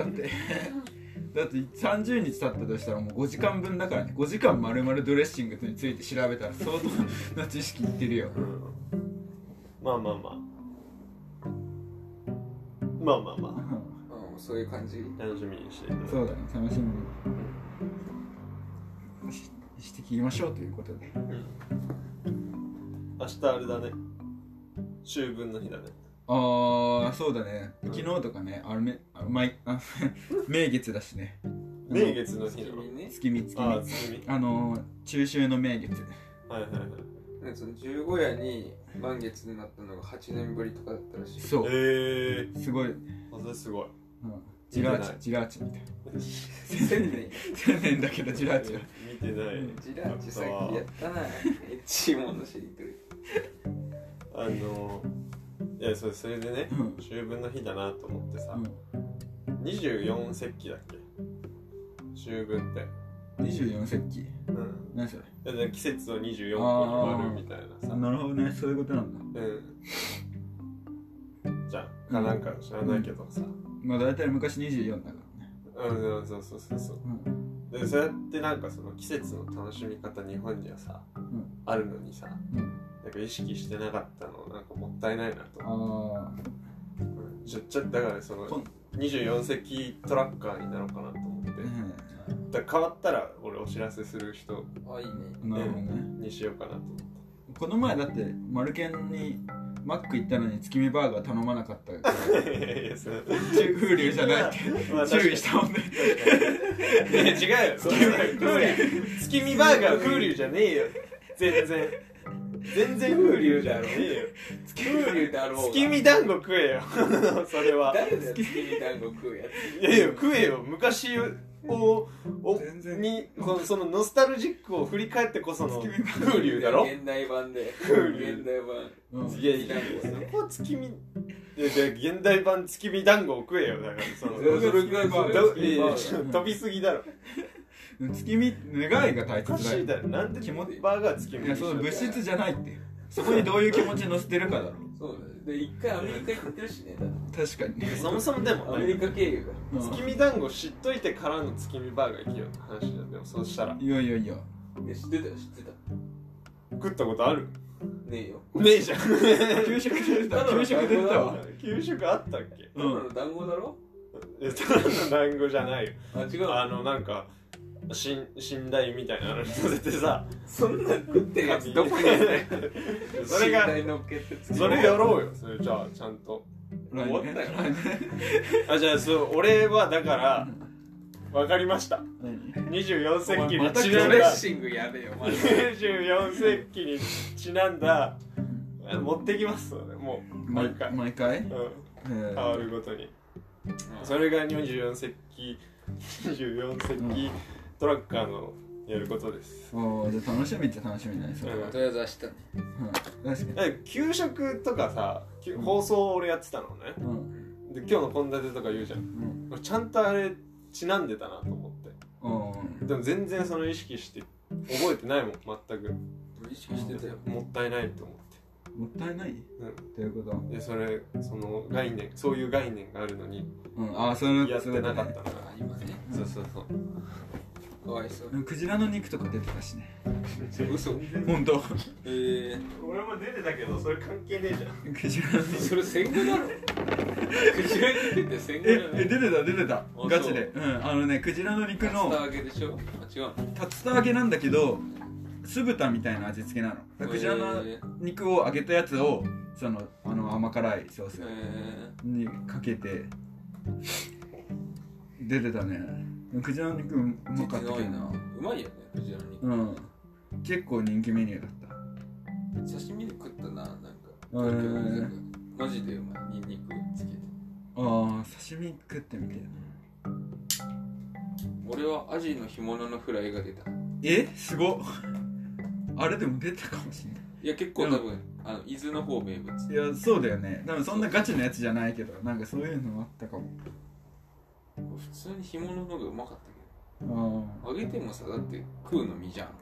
C: ってだって30日経ったとしたらもう5時間分だからね5時間丸々ドレッシングについて調べたら相当な知識いってるよ
A: うんまあまあまあまあまあ
C: う
A: ま
C: ん
B: うんそういう感じ
A: あ楽しみにしていただいて
C: そうだね楽しみにししていきましょうということで
A: うん明日あれだね秋分の日だね
C: ああそうだね
A: うん
C: 昨日とかねあれめあ毎あ 名月だしね
A: 名月の日
B: 月
A: なの
B: にね
C: 月見月見
A: ああ
C: あ
A: 月見
C: のー中秋の名月
A: はいはいはい
B: なんかその十五夜に満月になったのが八年ぶりとかだったらしい
C: そ
A: え
C: うすごい、うん、
A: ー、あそれすごい
C: ジラ
A: 見て
C: ー
A: ない
C: チジラーチみたいな
B: 千年
C: 千年だけどジラーチは
A: 見てない、
C: うん
B: ジラーチさっきやったなエッチものしりとり
A: あのいやそれそれでね
C: うんうん
A: 秋分の日だなと思ってさ、24節気だっけ秋分って、
C: 24節気
A: うん、
C: 何それ
A: だから季節を24個に割るみたいなさ
C: なるほどねそういうことなんだ
A: うんじゃあなんか知らないけどさ、
C: まあ大体昔24だからね
A: うんうん、そうそうそうそう
C: うん
A: でそうやってなんかその季節の楽しみ方日本にはさ、
C: ん
A: あるのにさ
C: うん
A: なんか意識してなかったのなんかもったいないなと思
C: あ
A: う、うん、ちょちょだからその
C: こん
A: 24席トラッカーになろうかなと思って
C: あ、ね
A: だから変わったら俺お知らせする人
B: あいいね
C: えなるほどね
A: にしようかなと思って
C: この前だってマルケンにマック行ったのに月見バーガー頼まなかったから
A: いやいやその
C: 中風流じゃないって
A: まあ
C: 注意したもんね
A: いや違うよ
C: うだよ
A: 風流月見バーガー風流じゃねえよ全然全然風流じゃねえよ
B: 風流だろうが
A: 月見団子食えよ それは
B: 誰だよ月見団子食うや
A: いやいや食えよ昔をを
C: 全然
A: にそのそのノスタルジックを振り返ってこその
C: 月見バーガー
A: 風流
B: つ
A: だろ
B: 現代版で
A: 風流
B: 現代版
C: うん
A: いやいやそこは月見いやいや現代版月見団子を食えよだからその
B: それそれそれそれ
A: ど
B: そ
A: いや
B: れ
A: いや
B: そ
A: ち
B: れ
A: ょ飛びすぎだろ
C: 月見願いが大
A: おか
C: 切だ
A: しい
C: よ
A: だろなんで
C: 気持ち
A: バーガー月見
C: いやその物質じゃないってそこにどういう気持ち乗せてるかだろ
B: そうだよで一回アメリカ行ってるしねだって
C: 確かにね
A: そもそもでも
B: アメリ
A: ね
B: カ経由
C: うん
A: 月見団子知っといてからの月見バーガー行きよって話だよでもそうしたら
C: いやいやいや
B: がえ知ってた知ってた
A: 食ったことある
B: ねえよ
A: ねえじゃん
C: 給食出てた
B: ただの
C: 給食出てたわ
A: 給食あったっけ
B: ただの団子だろ
A: えただの団子じゃないよ
B: あ違う
A: あのなんかしん寝台みたいなのに乗せてさ
B: そんな食ってるやつどこにあるね
A: それが
B: 寝台乗っけて月見
A: それやろうよそれじゃあちゃんと
C: 来
A: 終わ
C: 年
A: っ
C: 来
A: たよ
C: 年
A: あじゃあそう俺はだから分かりました
C: 何
A: 24世紀
C: お前ま
A: に
C: た
A: ち
B: ド
A: なん
B: レッ
A: だ
B: シングやべえよマジで
A: 24世紀にちなんだあ持ってきますそれもう毎
C: 毎
A: 回、
C: 回毎回
A: うん、
C: え
A: 変
C: ー
A: わるごとにそれが24世紀24世紀トラッカーのやることです
C: おーじゃあ楽しみっちゃ楽しみだねそれは
A: うん
B: とりあえず明日ね
C: うん確かに
A: だから給食とかさきゅ放送俺やってたのね
C: うん
A: で今日の献立とか言うじゃん
C: うん
A: 俺ちゃんとあれちなんでたなと思って
C: うん
A: でも全然その意識して覚えてないもん全く
B: 意識してたよ
A: もったいないと思っ
C: もったいない
A: ん
C: ということ
A: てでそれその概念そういう概念があるのに
C: うんああそれ
A: やってなかったな
B: あ今ね
A: そうそうそう
B: かわいそう
C: クジラの肉とか出てたしね
B: 嘘
C: 本当
B: えー、
A: 俺も出てたけどそれ関係ねえじゃん
C: クジラの肉
B: それ戦後だろクジラに出て戦後
C: え
B: じゃな
C: え
B: い
C: 出てた出てた
B: そう
C: ガチでうんあのねクジラの肉
B: カスタ
C: の
B: ー揚げでしょあ違うの
C: 竜田揚げなんだけど酢豚みたいな味付けなのクジラの
B: え
C: 肉を揚げたやつをそのあの甘辛いソース
B: ーえ
C: にかけて出てたねクジラの肉うまかったけど
B: 出てないうまいよね藤ジラの肉
C: うん結構人気メニューだった
B: 刺身で食ったななんか
C: へー
B: 東京の居酒屋マジでうまいニンニクつけて
C: あー刺身食ってみて
B: 俺はアジの干物のフライが出た
C: えすごっあれでも出たかもしれない
B: いや結構多分あの伊豆の方名物
C: いやそうだよね多分そんなガチなやつじゃないけどなんかそういうのあったかも
B: 普通に干物の方がうまかったけ
C: あ
B: ど揚げてもさだって食うの身じゃん
C: あ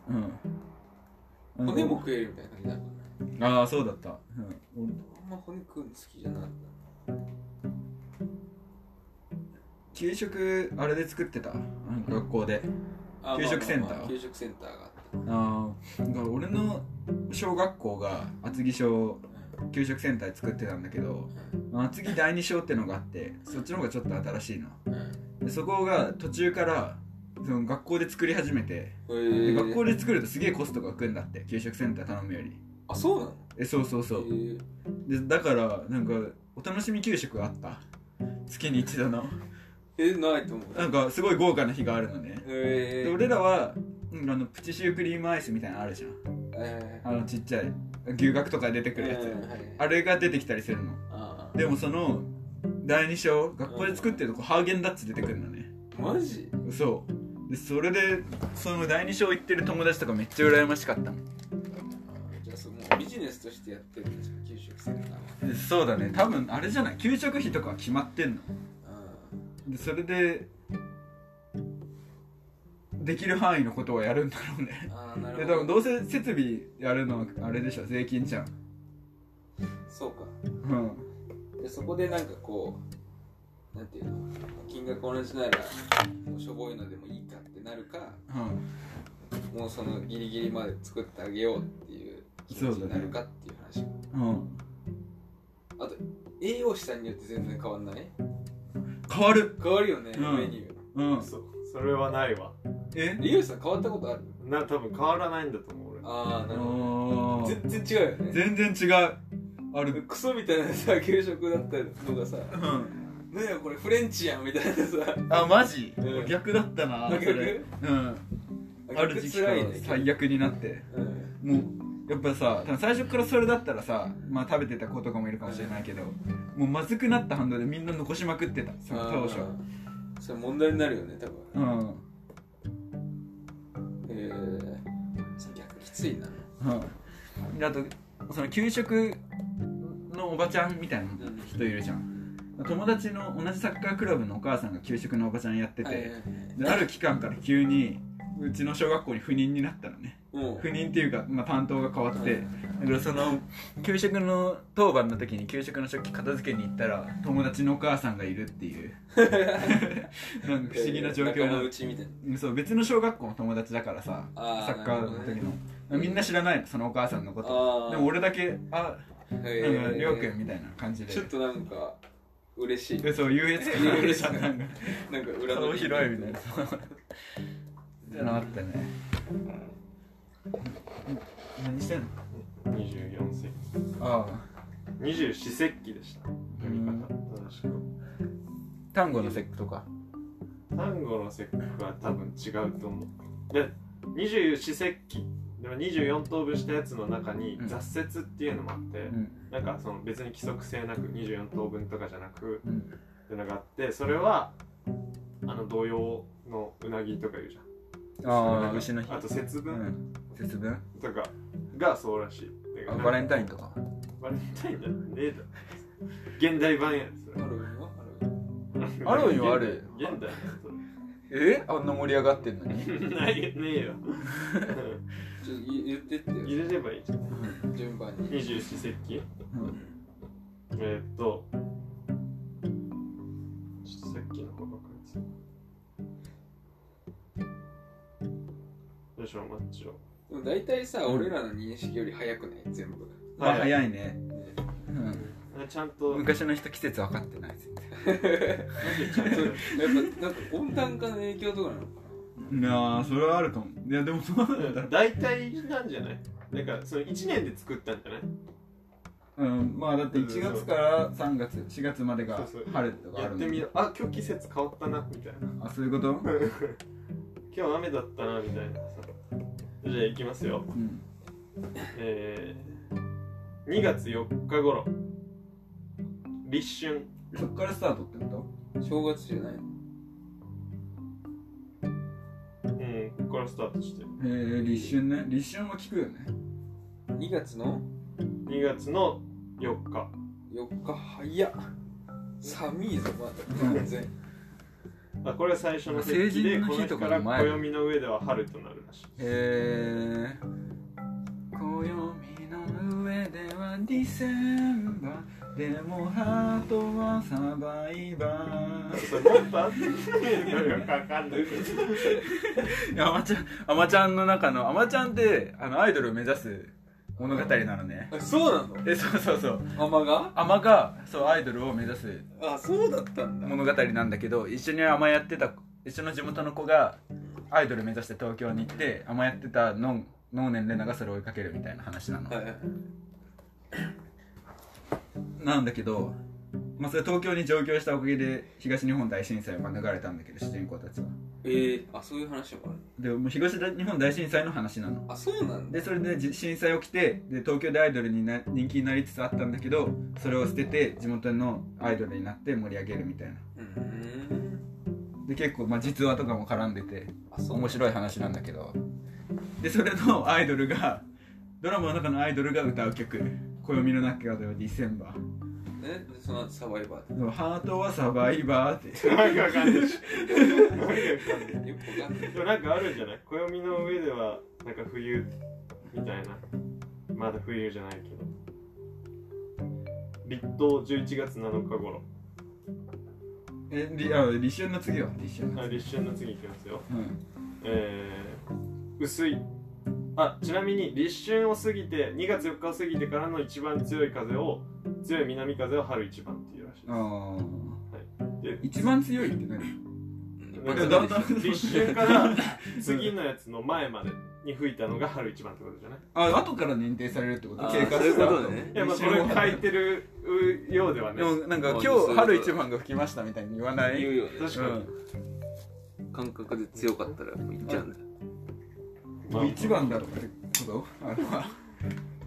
C: うん
B: 骨も食えるみたいな感じだもんね
C: ああそうだった、うん、俺
B: あんま骨食うの好きじゃなかっ
C: 給食あれで作ってたあの学校で
B: たあ
C: 給食センター
B: まあまあまあ給食センターがあった
C: ああだから俺の小学校が厚木小給食センターで作ってたんだけど厚木第二小ってのがあってそっちの方がちょっと新しいの
B: うんうん
C: でそこが途中からその学校で作り始めてで
B: へえ
C: 学校で作るとすげえコストが浮くんだって給食センター頼むより
B: あそうなの
C: えそうそうそう
B: へー
C: でだからなんかお楽しみ給食があった月に一度の
B: えないと思う
C: なんかすごい豪華な日があるのね
B: へ
C: で
B: え
C: 俺らは、うんあのプチシュークリームアイスみたいなのあるじゃん
B: え
C: あのちっちゃい牛角とかで出てくるやつ、あれが出てきたりするの
B: あ
C: でもその第二章学校で作ってるとこハーゲンダッツ出てくるのね
B: あマジ
C: そうでそれでその第二章行ってる友達とかめっちゃ羨ましかったもん
B: じゃあそのビジネスとしてやってるんですか給食センターは
C: でそうだね多分あれじゃない給食費とかは決まってんの
B: う
C: でそれでできる範囲のことをやるんだろうね
B: んあーな
C: で
B: る
C: 多
B: ほ
C: 分
B: ど
C: どうせ設備やるのはあれでしょ税金じゃん
B: そうか
C: うん
B: でそこでなんかこうなんていうの金額同じならもうしょぼいのでもいいかってなるか
C: うん
B: もうそのギリギリまで作ってあげようっていう気持ちになるかっていう話
C: うん
B: 栄養士さんによって全然変わんない
C: 変わる
B: 変わるよね、
C: うん
B: メニュー
C: うん
A: そそれはないわ
C: え
B: 栄養士さん変わったことある
A: な多分変わらないんだと思う俺
B: ああなるほ
C: あ
B: ど
C: ー
B: 全然違うよね
C: 全然違うあれ
B: クソみたいなさ給食だったのがさ「
C: うん
B: ねえこれフレンチやん」みたいなさ
C: あマジ、
B: うん
C: 逆だったな
B: 逆
C: それうんある時期から
B: 辛いね
C: 最悪になって
B: うん
C: もうやっぱさ多分最初からそれだったらさまあ食べてた子とかもいるかもしれないけどもうまずくなった反動でみんな残しまくってたその当初
B: あーそれ問題になるよね多分
C: うん、
B: えー、それ逆にきついな
C: うん、であとその給食のおばちゃんみたいな人いるじゃん友達の同じサッカークラブのお母さんが給食のおばちゃんやってて、
B: はいはいはい
C: である期間から急にうちの小学校に赴任になったのね
B: もう
C: 赴任っていうか、まあ、担当が変わって、
B: はい
C: だからその給食の当番の時に給食の食器片付けに行ったら友達のお母さんがいるっていうなんか不思議な状況
B: 仲間
C: な
B: 内みたいな
C: うんそう別の小学校の友達だからさサ
B: あー
C: ッカーの
B: な
C: 時
B: る
C: の、みんな知らないのそのお母さんのこと
B: ああ
C: でも俺だけあ
B: 俺
C: なんかりょうくんみたいな感じで
B: ちょっとなんか嬉し い
C: でそう優越感あるじゃんなんか
B: なんか裏
C: 顔
B: の
C: 広いみたいなそうってのあったね何してんの
A: 24世紀
C: ああ
A: 24節気でした読み方正しく
C: 単語の節句とか
A: 単語の節句は多分違うと思うで二十四節気でも24等分したやつの中に
C: うん
A: 雑節っていうのもあって、
C: うん
A: なんかその別に規則性なく24等分とかじゃなく
C: うん
A: っていうのがあってそれはあの童謡のうなぎとか言うじゃん
C: ああ
A: 牛
C: 牛の日
A: あと節
C: う
A: 分
C: ん節分
A: とかがそうらしい、
C: あバレン
A: イン
C: タインとか
A: バレンタインじゃねえだろ現代版や
B: ハロウィンはハロウィン
A: つ
C: ハロウィンはある
A: 現代のや
C: えあんな盛り上がってんのに
A: つないねえよ
B: ちょっと言ってって
A: うん
B: よ
A: 入れればいいじゃん
B: 順番に
A: 二十四節気えー、っと、ちょっとさっきの方ばっかりです。よいしょ、マッチを。
B: でも大体さ俺らの認識より早くない全部
C: まあ早いね
B: ね
C: うん
A: あちゃんと、
C: 昔の人季節分かってない全
A: ちゃんと
B: それやっぱなんか温暖化の影響とかなのか
C: 然なあそれはあるかもいやで もそうなんだ
A: 大体なんじゃないなんか、その1年で作ったんじゃない
C: うん、まあだって1月から3月4月までが
A: そうそう
C: 晴れとかあ
A: や
C: る
A: っ
C: ん
A: て
C: で
A: みようあ今日季節変わったなみたいな
C: あそう いうこと、
A: 今日雨だったなみたいなさじゃあ行きますよ
C: うん、
A: えー、2月4日頃立春
C: そっからスタートってこ
B: 正月じゃないの
A: うんここからスタートして
C: とへえ立春ね立春も聞くよね
B: ?2 月の
A: 2月の4日
B: 4日早っ寒いぞま
C: う
B: だ
C: ん
B: 全然
A: あこれは最初の節気で
C: 成人の
A: この
C: 日
A: 日
C: と
A: か
C: からの前
A: 暦の上では春となるらしい
C: へえ暦の上ではディセンバーでもハートはサバイバ
A: それもっとあって きてるかわかんないけど
C: ーい やアマちゃんアマちゃんの中のアマちゃんってあのアイドルを目指す物語なのね
B: えそうなの
C: えそうそうそう
B: 甘が
C: アマがそうアイドルを目指す
B: あそうだったんだ
C: 物語なんだけど一緒にアマやってた一緒の地元の子がアイドル目指して東京に行ってアマやってたのん能年レナがそれを追いかけるみたいな話なの、
B: はいはい
C: なんだけど、まあ、それ東京に上京したおかげで東日本大震災を免れたんだけど主人公たちは
B: えー、あそういう話もある
C: でもう東日本大震災の話なの
B: あそうなんだ
C: でそれでじ震災起きてで東京でアイドルにな人気になりつつあったんだけどそれを捨てて地元のアイドルになって盛り上げるみたいな
B: うーん
C: で結構まあ実話とかも絡んでて
B: あそう
C: 面白い話なんだけどでそれのアイドルがドラマの中のアイドルが歌う曲「暦の中ではディセンバー
B: ねでその後サバイバ」
C: でも「ハートはサバイバー」って
A: なんかわかんないしなんかわかんない
B: ーでよくわかんない
A: でもなんかあるんじゃない暦の上ではなんか冬みたいなまだ冬じゃないけど立冬11月7日頃
C: えりあ立春の次は立春
A: あ
C: の次
A: 立春の次いきますよ
C: うん
A: えー、薄いあちなみに立春を過ぎて2月4日を過ぎてからの一番強い風を強い南風を春一番っていうらしいで
C: あ
A: で
C: ー一番強いって何
B: うん
A: だ
B: 一
A: から
B: 発目でしょ
A: す立春から次のやつの前までに吹いたのが春一番ってことじゃない
C: あ後から認定されるってこと
B: あー
C: 経過
B: そういうことね
A: いやまあこれ書いてるようではね
C: でもなんか
B: あ
C: 今
B: そういうこと
C: 日春一番が吹きましたみたいに言わない
B: 言う
C: う
B: よね
A: 確かに、
B: 感覚で強かったらもういっちゃうんだよ
C: んもう一番だろうってことあれは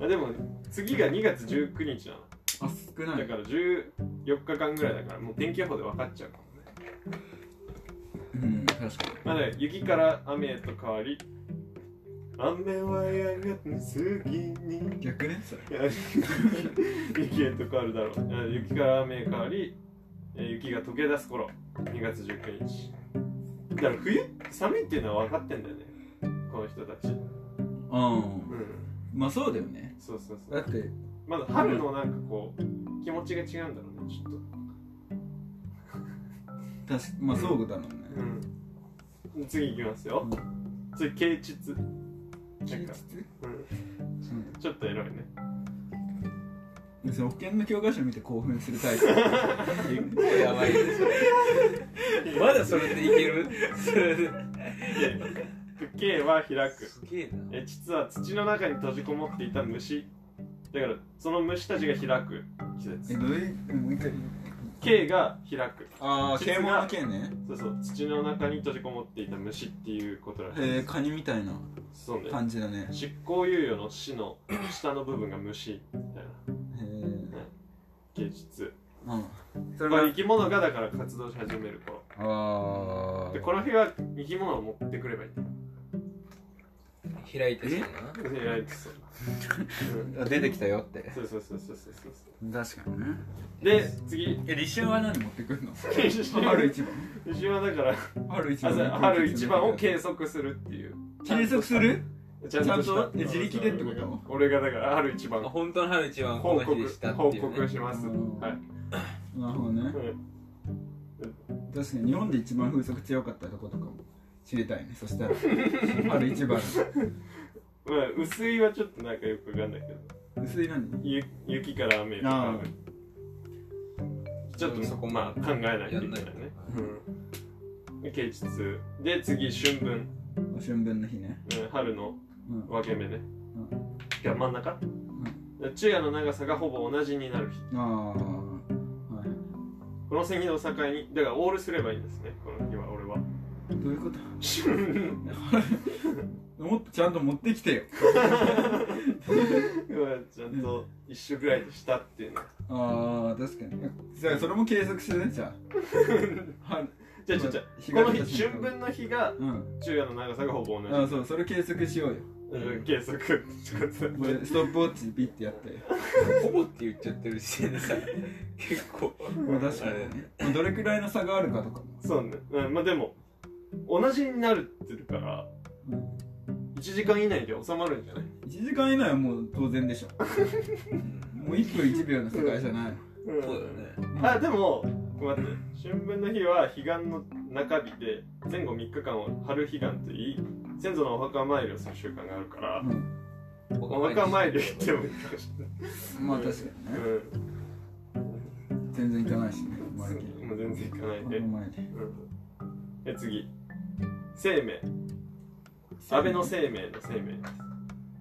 A: あでも次が2月19日な
C: あ少な
A: のだ
C: い
A: から14日間ぐらいだからもう天気予報で分かっちゃうかもね
C: うん確かに
A: まあね、雪から雨へと変わり雨はやがて過ぎに
C: 逆ねそれ
A: いや雪へと変わるだろういや雪から雨へ変わりえー雪が溶け出す頃2月19日だから冬寒いっていうのは分かってんだよねこの人たち
C: うん
A: うん
C: まあそうだよね
A: そうそうそ
C: だ
A: う
C: って
A: まだ春のなんかこう気持ちが違うんだろうねちょっと
C: 確かまあそうだろうね
A: うん、次いきますよ、
C: う
A: 次啓蟄
C: 休
A: なん
C: 日
A: か、うん、
C: うん
A: ちょっとエロいね
C: 別に保険の教科書見て興奮するタイ プ
B: 結構やばいねそれまだそれでいけるそれで
A: 啓は開く
B: すげえな
A: え実は土の中に閉じこもっていた虫だからその虫たちが開く季
C: え
A: 節
C: どういうもう一回
A: 啓が開く
C: ああ
A: 質が
C: 啓蒙の啓ね
A: そうそう土の中に閉じこもっていた虫っていうことらしい
C: へえカニみたいな
A: そうね
C: 感じだね
A: 執行猶予の死の下の部分が虫みたいな
C: へえ
A: 芸術
C: うんそ
A: こ
C: れ
A: れ生
C: は
A: き物がだから活動し始める頃
C: あ
A: でこの日は生き物を持ってくればいい
B: 開いてそうな
A: えらいですようん
C: あ出てきたよって
A: そうそうそうそうそうそう
C: 確かにね
A: で次
C: え立春は何持ってく るの春
A: 春
C: 一番
A: 牛はだから
C: 春一
A: あ
C: 番
A: そう春一番を計測するっていう
C: 計測する
A: ちゃんとし
C: ちゃ
A: た
C: んとえ自力でってこと
A: 俺がだから春一
B: あ
A: 番
B: 本当の春一番
A: 報
B: この
A: 告
B: 日でしたって
A: 報
B: いう、ね、
A: 告します
C: うん
A: はい
C: なるほどね確かに日本で一番風速強かったとことかも知りたいねそしたら春一番
A: うんまあ薄いはちょっとなんかよくわかんないけど
C: 薄い何
A: ゆ雪から雨と
C: あ
A: か
C: ー
A: ちょっとそこまあ考えないといけないね
B: やんない
A: うん芸術で次春分
C: 春分の日ね
A: うん春の
C: うん
A: 分け目ね、
C: う
A: いや真ん中、
C: ん
A: 昼夜の長さがほぼ同じになる日
C: ああはい
A: この線移動を境にだからオールすればいいんですねこの日は俺は
C: どういうこと もっとちゃんと持ってきてよ
A: ちゃんと一緒ぐらいでしたっていうの
C: ああ確かにじゃあそれも計測してねじゃ あは
A: じゃあじゃあじゃあ
C: 日
A: こ
C: が
A: の
C: 出た
A: 日
C: 瞬間
A: 春分の日が
C: うん
A: 昼夜の長さがほぼ同じ
C: ああそうそれ計測しようよ
A: うん計測ってこ
C: 俺ストップウォッチビッてやったよ
D: ほぼって言っちゃってる時点でさ結構
C: まあ確か
D: あれ
C: にどれくらいの差があるかとかも
A: と そうね、うん、まあでも同じになるってるから
C: うん
A: 1時間以内で収まるんじゃない
C: 1時間以内はもう当然でしょ
D: うん
C: もう1分1秒の世界じゃない
D: そうだよね
A: あでも待って春分の日は彼岸の中日で前後3日間を春彼岸と言い先祖のお墓参りをする習慣があるから
C: うん
A: お墓参り行ってもいいかもし
C: まあ確かに
A: れ
C: ね
A: ない、
C: 全然いかないしね
A: うん、
C: 周り
A: もう全然行かない
C: に
A: で、
C: お前に
A: うん、え次生命安倍の生命の生命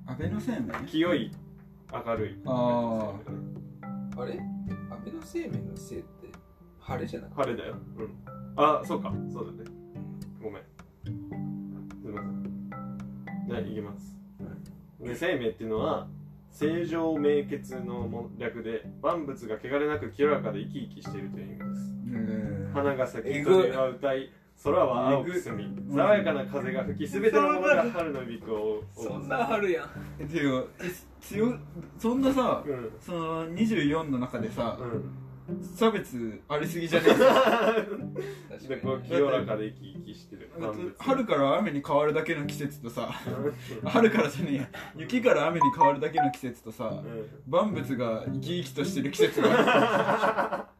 C: 安倍の生命
A: 清い明るい
C: あ
B: あれ安倍の生命のせいって晴れじゃなくて
A: 晴れだよ、うん、あそうかそうだねごめんすいませんじゃあいきます、で生命っていうのは正常明血のも略で万物が汚れなく清らかで生き生きしているという意味です
C: あ
A: 花が咲
D: え
A: き
D: ぐ
A: 鳥は歌い空は青く澄み爽やかな風が吹き全てのものが春の美空を
D: そんな春やん
C: えていうかえ強そんなさ
A: うんうん
C: その24の中でさ
A: うん
C: 差別ありすぎじゃね
D: 確
A: でこう
D: か
A: 清らかで生き生きしてる
C: え
A: 万物
C: 春から雨に変わるだけの季節とさ
A: う
C: 春からじゃねえや雪から雨に変わるだけの季節とさ
A: んうん
C: 万物が生き生きとしてる季節があ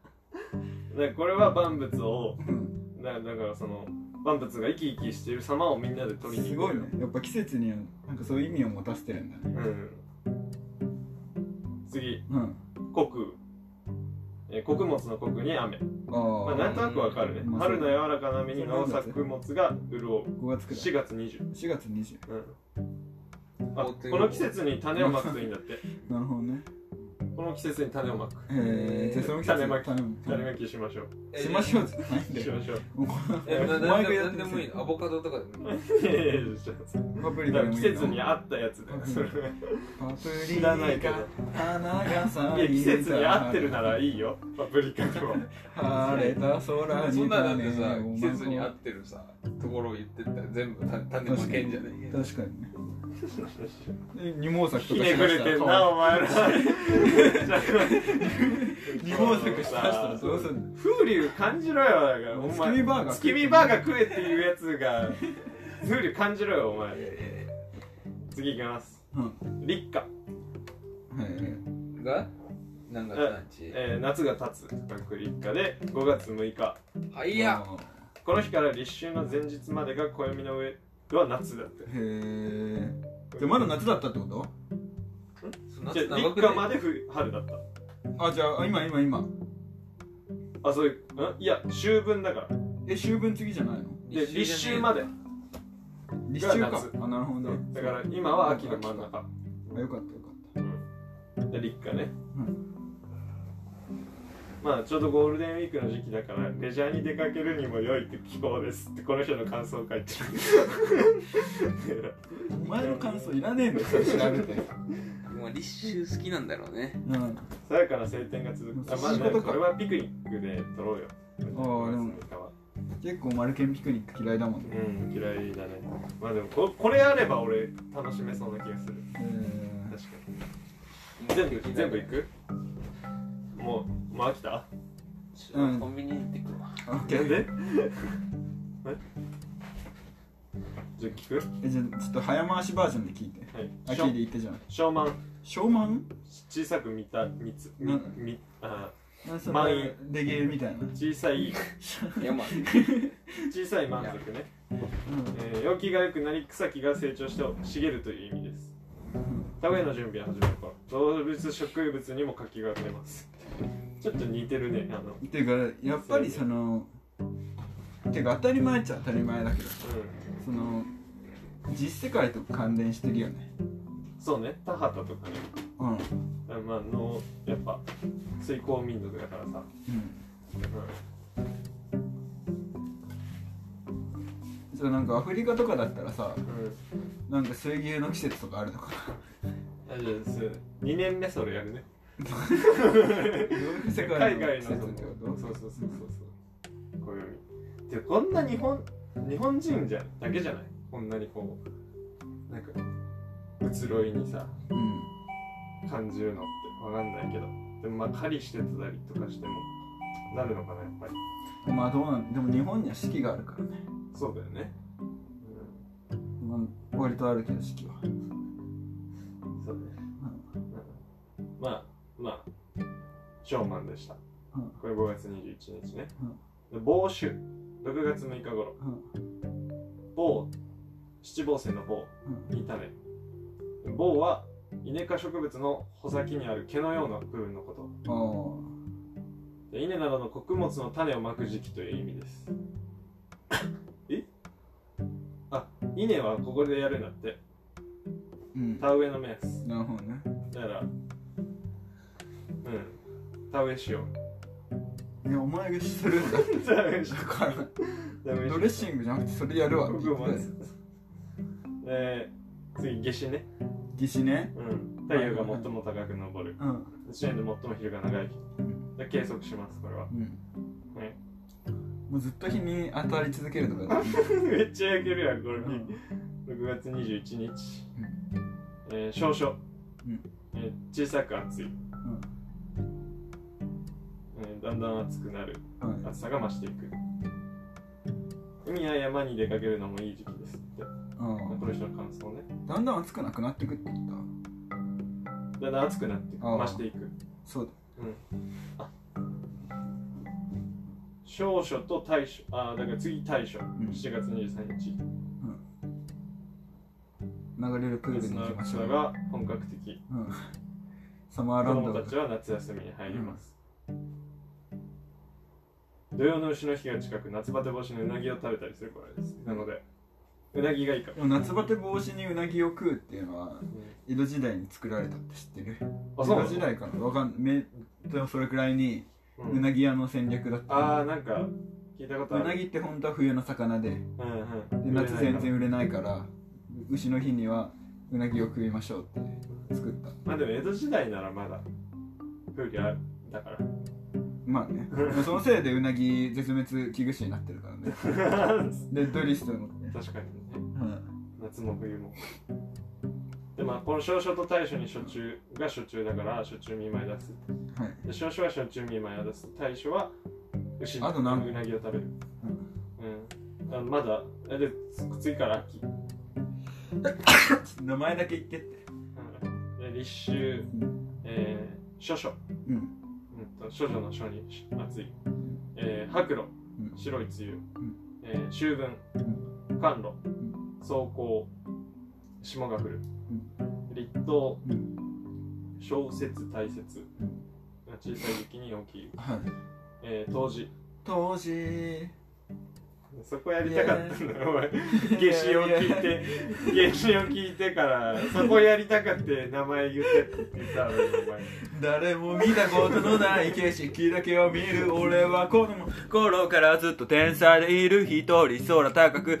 A: でこれは万物を
C: るうん
A: だだからその万物が生き生きしている様をみんなで取り
C: す
A: に
C: ご
A: 行
C: い
A: く
C: ねやっぱ季節にはなんかそういう意味を持たせてるんだね
A: うん次
C: うん
A: 穀雨えー穀物の穀に雨、まあ、
C: あ
A: なんとなくわかるね
C: まあ
A: 春の柔らかな雨に農作物が潤う
C: あ5月くら
A: 4
C: い
A: 月20、
C: 4月20
A: うん、あこの季節に種をまくといいんだって
C: なるほどね
A: この季節に種をまく
C: えー、じゃあその季節
A: 種まき
C: 種まき
A: 種まきしましょ
D: に
C: しましょうじゃないん
A: う
C: だ
A: し
C: よ
A: ましょう
C: もうこの
D: えな
C: お
D: な
C: 前
D: ん
C: が
D: で
C: や
D: な
C: っ
D: ん
C: て
D: で
C: る
D: もいいのアボカドとかでもいいの
A: いやいやいやします
C: パプリ
A: だから
C: カでもい
A: 季
C: い
A: 節に
C: の
A: 合ったやつだよそれは
C: パプリ
A: 知らないけど
C: カ花が咲
A: いや季
C: いた
A: 節に合ってるならいいよパプリカでも
C: 晴れ た空に
D: そんなだって
C: 種
D: さ
C: をまこう
D: 季節に合ってるさところを言ってったら全部た種まけんじゃない
C: 確かにねえ二毛作と
A: ひ
C: か
A: ね
C: し
A: く
C: まし
A: れ
C: た
A: て
C: ら
A: んなお前ら
C: 二毛作しましたらどうすんの
A: 風流感じろよだからお前
C: 月見バーガー
A: 月見バーガー食えっていうやつ が風流感じろよお前次いきます
C: うん
A: 立夏、
C: はいはいはい
B: が何月何日
A: えー夏が経つ各立夏で5月6日
B: はいや
A: この日から立春の前日までが暦の上では夏だって
C: へえじゃあまだ夏だったってこと
A: じゃあ
B: 長
A: 立
B: くね
A: 夏まで冬春だった
C: あじゃあ今今今
A: あそういうんいや秋分だから
C: え秋分次じゃないの
A: で立秋まで
C: 立秋
A: が
C: か
A: 夏
C: あなるほどね
A: だから今は秋の真ん中
C: あよかったよかっ
A: で立夏ね、
C: う
A: まあちょうどゴールデンウィークの時期だからレジャーに出かけるにも良いって気候ですってこの人の感想を書いてる
C: たお前の感想いらねえんだよそれ調べて
B: もう立秋好きなんだろうね
C: うん
A: 爽やかな晴天が続くあまあ
C: そういうことか
A: これはピクニックで撮ろうよ
C: ああでも結構マルケンピクニック嫌いだもんね
A: うん嫌いだねまあでもここれあれば俺楽しめそうな気がする
C: へえ
A: 確かに全部全部いくもうもう飽きた
B: ちょっとコンビニ行ってく るわ
C: オッケー
A: でえじゃあ聞く
C: えじゃあちょっと早回しバージョンで聞いて
A: はい
C: あ聞いて言ってじゃん
A: ショーマン
C: ショーマン
A: 小さく見た三つみ
C: うん
A: みあ
C: なんかそ
A: 満
C: の
A: 員
C: レゲエみたいな
A: 小さい
B: 山
A: 小さい満足ね、えー、陽気が良くなり草木が成長して茂るという意味です田植えの準備が始まる頃動物植物にも柿が出ますちょっと似てるねあのうん
C: っていうかやっぱりそのてか当たり前っちゃ当たり前だけどその実世界と関連してるよね
A: そうね田畑とかね
C: うん
A: ああまあのやっぱ水耕民族だからさ、
C: うん
A: う
C: そうなんかアフリカとかだったら
A: ん
C: さ
A: うん、
C: なんか水牛の季節とかあるのか
A: 大丈夫です2年目それやるね
C: などういう世
A: 海
C: 界
A: 外
C: の季
A: の
C: 節って
A: そ
C: こと
A: うそうそうそうそうこういうでこんな日本日本人じゃだけじゃないこんなにこうなんか移ろいにさ
C: うん
A: 感じるのってわかんないけどでもまあ狩りしてたりとかしてもなるのかなやっぱり
C: まあどうなんでも日本には四季があるからね
A: そうだよね、
C: まあ割とあるけど四季は
A: うん、そうだねうんまあまあショーマンでした
C: うん
A: これ5月21日ね、で帽子6月6日頃
C: うん
A: 棒七芒星の棒
C: うん
A: に種棒はイネ科植物の穂先にある毛のような部分のこと
C: お
A: で稲などの穀物の種をまく時期という意味です えあ稲はここでやるんだって
C: うん
A: 田植えの目安
C: なるほどね
A: だからうん田植えしよう
C: えお前がするんだ
A: 田植えしよ
C: だから
A: う田植えしよ
C: ド
A: う
C: レッシングじゃなくてそれやるわって言
A: 穀
C: ってたよ
A: 物えー、次夏至ね、
C: 夏至ね
A: うん、太陽が最も高く昇る
C: うん
A: 一年で最も昼が長い日で計測しますこ れは
C: うん
A: ね
C: もうずっと日に当たり続けると かできる
A: めっちゃ焼けるやんこれ、
C: うん
A: 6月21日、
C: うん
A: えー、少々、
C: うん
A: えー小さく暑い、
C: ん
A: えーだんだん暑くなる
C: うん
A: 暑さが増していく海や山に出かけるのもいい時期ですって
C: う
A: この人の感想ね
C: んだんだん暑くなくなってくって言った
A: だんだん暑くなっていく
C: ああ
A: 増していく
C: そう
A: 少々と大暑あーだから次大暑、
C: ん
A: 7月23日
C: だ流れるプール
A: 別
C: に行
A: の
C: きまし
A: 暑
C: ょ
A: さ
C: うよ、
A: が本格的
C: うん、サマー
A: 子
C: ランド
A: 供たちは夏休みに入ります、土用の丑の日が近く夏バテ防止のうなぎを食べたりするからですなのでうなぎがいいかも
C: でも夏バテ防止にうなぎを食うっていうのは江戸時代に作られたって知ってる
A: あ
C: 江
A: そうな
C: 戸
A: の
C: 時代かなわかんめでもそれくらいに
A: う
C: うんなぎ屋の戦略だった、
A: ああなんか聞いたことあ
C: う
A: る
C: なぎって本当は冬の魚でで
A: うんうん
C: 夏全然売れないから牛の日にはうなぎを食いましょうって作った
A: まあでも江戸時代ならまだ風景あるだ から
C: まあ ねでもそのせいでうなぎ絶滅危惧種になってるからね
A: 確
C: レッドリストの、ね
A: かにね
C: うん、
A: 夏も冬もでまあこの少々と大暑に暑中が暑中だから暑中見舞い出す
C: はい
A: で少々は焼酎見舞いを出す大将は牛
C: あと何
A: うなぎを食べるうん、あまだえでつ次から秋、う
C: 名前だけ言ってって
A: ん、で立秋えー、諸々
C: うん
A: うんと諸女の諸にし暑い、えー、白露
C: うん
A: 白い梅雨、
C: ん
A: えー、秋分寒露霜降霜が降る、立冬
C: う
A: 小雪大雪、
C: うん
A: 小さい雪に大きい、
C: はい
A: えー、冬至
C: 当時
A: そこやりたかったんだろ、お前。夏至を聞いて、夏至を聞いてから、そこやりたかって名前言ってって言ったのに、お前。
C: 誰も見たことのない景色だけを見る俺はこの頃からずっと天才でいる一人空高く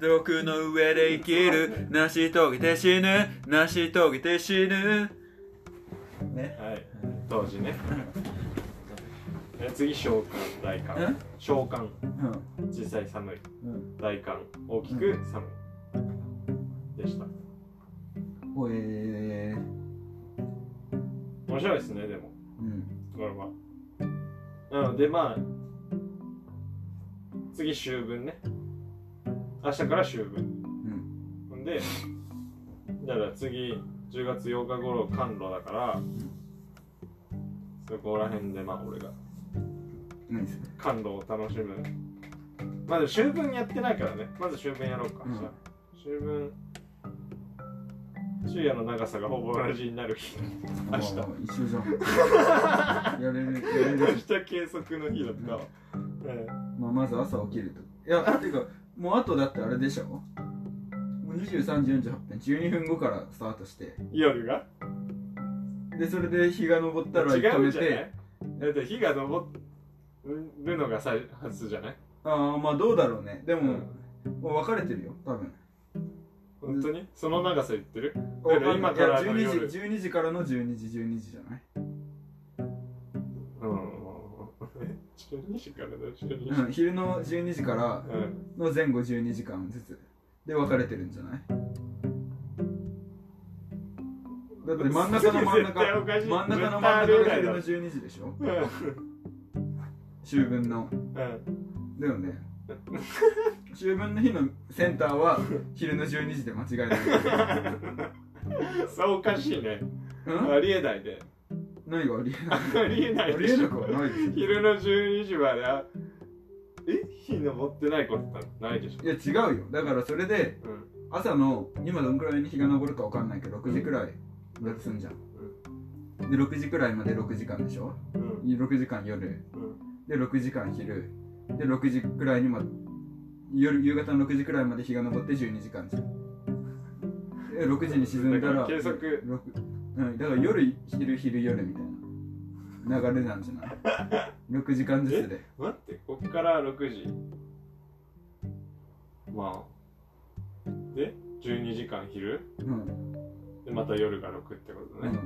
C: 毒の上で生きる成し遂げて死ぬ成し遂げて死ぬね
A: はい、当時ね。え 次、召喚、大寒
C: ん。
A: 召喚、
C: うん
A: 小さい寒い。
C: うん
A: 大寒、大きく寒い。でした。
C: おえー
A: 面白いですね、でも、
C: うん
A: これは。なので、まあ、次、秋分ね。明日から秋分。
C: うん
A: ほんで、だから次、10月8日頃、寒露だから、そこら辺で、まあ俺が、
C: 何それ
A: 寒露を楽しむ。まあでも、秋分やってないからね。まず秋分やろうか、
C: うん
A: じゃあ秋分、昼夜の長さがほぼ同じになる日。明日
C: あ一緒じゃんやれるやれ
A: 明
C: る
A: 日計測の日だったわ。え
C: まあ、まず朝起きるといやていうかもうあとだってあれでしょもう23時48分12分後からスタートして
A: え夜が
C: でそれで日が昇ったら
A: 違
C: 止
A: うん
C: め
A: じゃな
C: て
A: いだって火が昇るのがさ初じゃない
C: ああまあどうだろうねでも、
A: うん
C: もう分かれてるよ多分
A: 本当にその長さ言ってるだから今
C: いや
A: からの
C: 12
A: 夜
C: 時12時からの12時12時じゃない
A: うん12時からだ12時
C: うん、昼の12時から
A: うん
C: の前後12時間ずつで分かれてるんじゃないだって真ん中の真ん
A: 絶対おか
C: 中
A: しい
C: 真ん
A: 絶対
C: 中の真
A: あ
C: ん
A: りえないだ
C: 中が昼
A: ろ
C: の12時でしょ
A: うん
C: 秋分の
A: うん
C: だ よね秋分の日のセンターは昼の12時で間違えな い
A: そうおかしいね
C: うん
A: ありえないで
C: 何がありえない
A: ありえな
C: あ
A: い
C: りえなくはないで
A: 昼の12時まであえ火昇ってないことなんてないでしょ
C: すいや違うよだからそれで
A: うん
C: 朝の今どんくらいに日が昇るかわかんないけど6時くらいだとすんじゃんで6時くらいまで6時間でしょ
A: うん
C: 6時間夜
A: うん
C: で6時間昼で6時くらいにま夜夕方の6時くらいまで日が昇って12時間じゃんで6時に沈んだ
A: だからら計測
C: ろくうん、だから夜昼昼夜みたいな流れなんじゃない6時間ずつで
A: 待ってこっから6時まあで12時間昼
C: うん、
A: でまた夜が6ってこと
C: う
A: ね、
C: ん、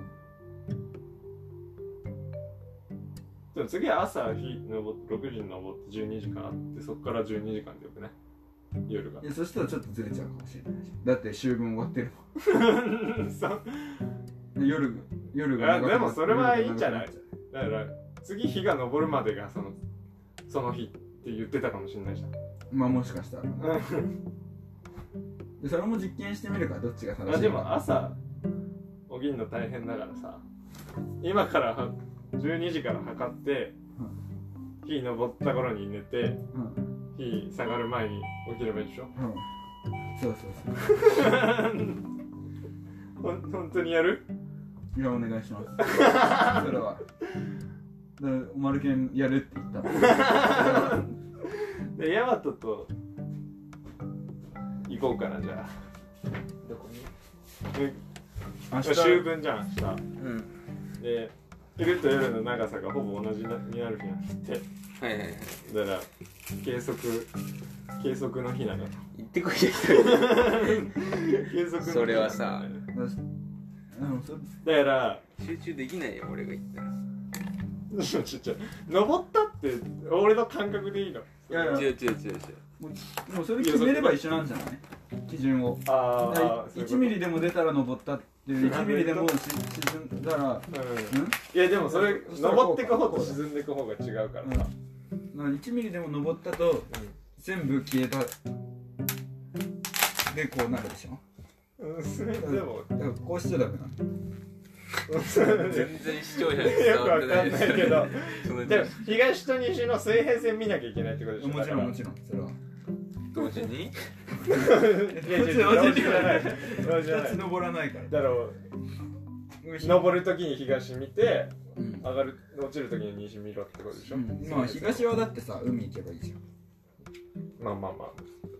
A: でも次は朝日登って6時に登って12時間あってそっから12時間でよくね夜 が
C: いやそしたらちょっとずれちゃうかもしれないしだって秋分終わってる
A: そう
C: もんで夜が夜が長くなっ
A: いやでもそれはいいんじゃない
C: 夜が長くっち
A: だから次日が昇るまでがそのその日って言ってたかもしれないじゃん
C: ゃうまあもしかしたらでそれも実験してみるからどっちが正しいか
A: あでも朝起きるの大変だからさ今からは12時から測って日登った頃に寝て
C: うんうん
A: 日下がる前に起きればいいでしょ
C: そうそうそう
A: ほん本当にやる
C: いや、お願いします。そ れは。で、おまるけんやるって言ったの。それ は
A: でヤマトと行こうかなじゃあ
B: どこに
A: え
C: 明日、
A: 秋分じゃん明
B: うん
A: 日で昼と夜の長さがほぼ同じなになる日なんて
B: はいはいはい
A: だから計測計測の日なの
B: 行っ てこいよ一人で
A: 計測の日なの
B: それはさ
C: だしでもそ
A: だから
B: 集中できないよ俺が行ったら
A: ちょちょちょ登ったって俺の感覚でいいの
C: いやいや
B: 違う違う違う違う
C: もうそれ決めれば一緒なんじゃない基準を。
A: ああ
C: 1ミリでも出たら登ったっていう、1ミリでもし沈んだら、
A: うん
C: ん
A: いやでもそれ
C: そしたら
A: 登ってく方
C: ことうだ
A: 沈んでく方が違うからさ、
C: 1ミリでも登ったと、全部消えた。で、こうなるでしょ。
A: うんそれでも
C: だからこうしちゃダメなの。
B: 全然視聴者に伝
A: よく
B: わ
A: わかん
B: ってな
A: ないい
B: です
A: けど
B: その
A: でも東と西の水平線見なきゃいけないってことでしょ
C: もちろん、も
A: ち
C: ちろん、それは。
B: 同時に
A: ろんいやいやいや
C: も
A: 同時じ
C: ちろん
A: ゃない同時じゃな
C: 2つ
A: い
C: 登らないから。
A: だろう登るときに東見て
C: うん
A: 上がる落ちるときに西見ろってことでしょ、
C: うんまあ東はだってさ海行けばいいじゃん
A: まあまあま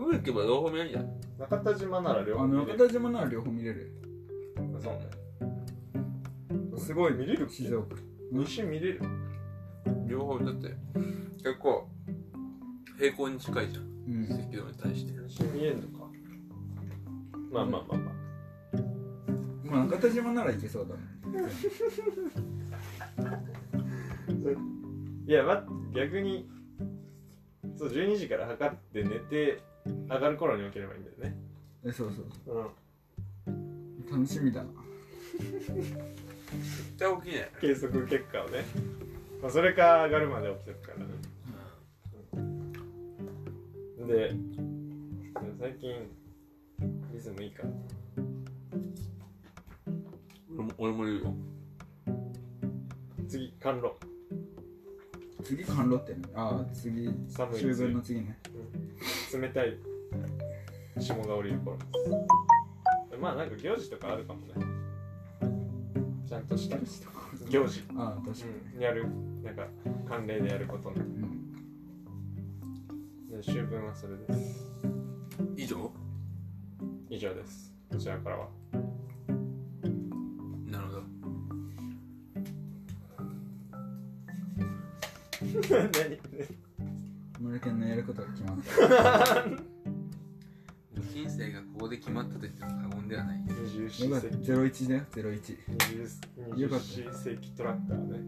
B: 海行けば両方見えるじゃん
A: あ中田島なら両
C: あ
A: 方
C: の
A: 見れ
C: 中
A: る
C: 田島なら両方見れる
A: そうね
C: すごい
A: 見れるっけ
C: 静岡
A: 西見れる
B: 両方だって結構平行に近いじゃん
C: うん
B: 赤道に対して
A: 西見えんのかまあまあまあまあ
C: まあ中田島なら行けそうだね
A: いや、ま、逆にそう12時から測って寝て上がる頃に起きればいいんだよね
C: えそうそう
A: うん
C: そう楽しみだな
B: 絶対起きない
A: 計測結果をね、まあ、それか上がるまで起きてるからね、うんででも最近リズムいいから
B: 俺も俺もいるよ
A: 次甘露
C: 次甘露ってねああ次
A: 寒い
C: 秋分の次ね
A: 冷たい霜が降りる頃まあなんか行事とかあるかもねちゃんとした行事、
C: ああ確か
A: うん、やるなんか慣例でやることね
C: にうん
A: で秋分はそれです
B: 以上
A: 以上ですこちらからは
B: なるほど
C: 村健のやることが決まった
B: 人生がここで決まったと言っても過言ではない
A: 20世
C: よか
A: 紀
C: った01だよ01、よかった
A: 20世紀トラッカーね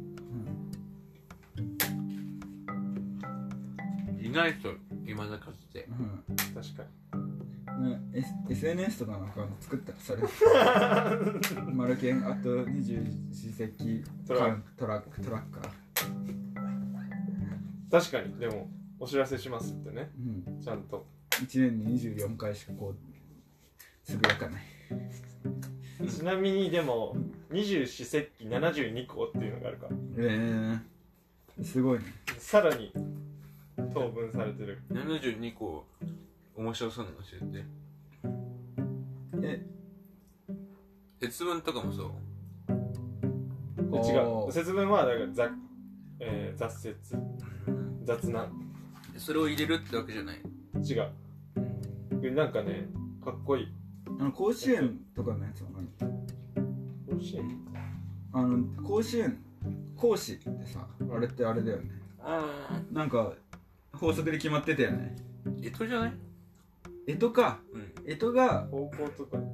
C: うん、
D: いない人今なかって
A: 確かに
C: うん、ね S- SNS とかのアカウント作ったらそれ マルケンあと24世紀
A: トラ
C: トラックトラッカー、
A: 確かにでもお知らせしますってね
C: うん、
A: ちゃんと
C: 1年に24回しかこうつぶやかない
A: ちなみにでも二十四節気72個っていうのがあるから
C: ええすごいね
A: さらに当分されてる
D: 72個面白そうなの教えて
C: え
D: 節分とかもそう
A: で違
C: お
A: う
C: ー
A: 節分はだから雑,、えー、雑節雑な
D: それを入れるってわけじゃない
A: 違うこれなんかねかっこいい
C: あの甲子園とかのやつは何
A: 美味しい
C: あの甲子園講師ってさあれってあれだよね
D: ああ
C: なんか法則で決まってたよね
D: えとじゃない
C: 干支か
D: うん
C: 干支が
A: 方向とかうん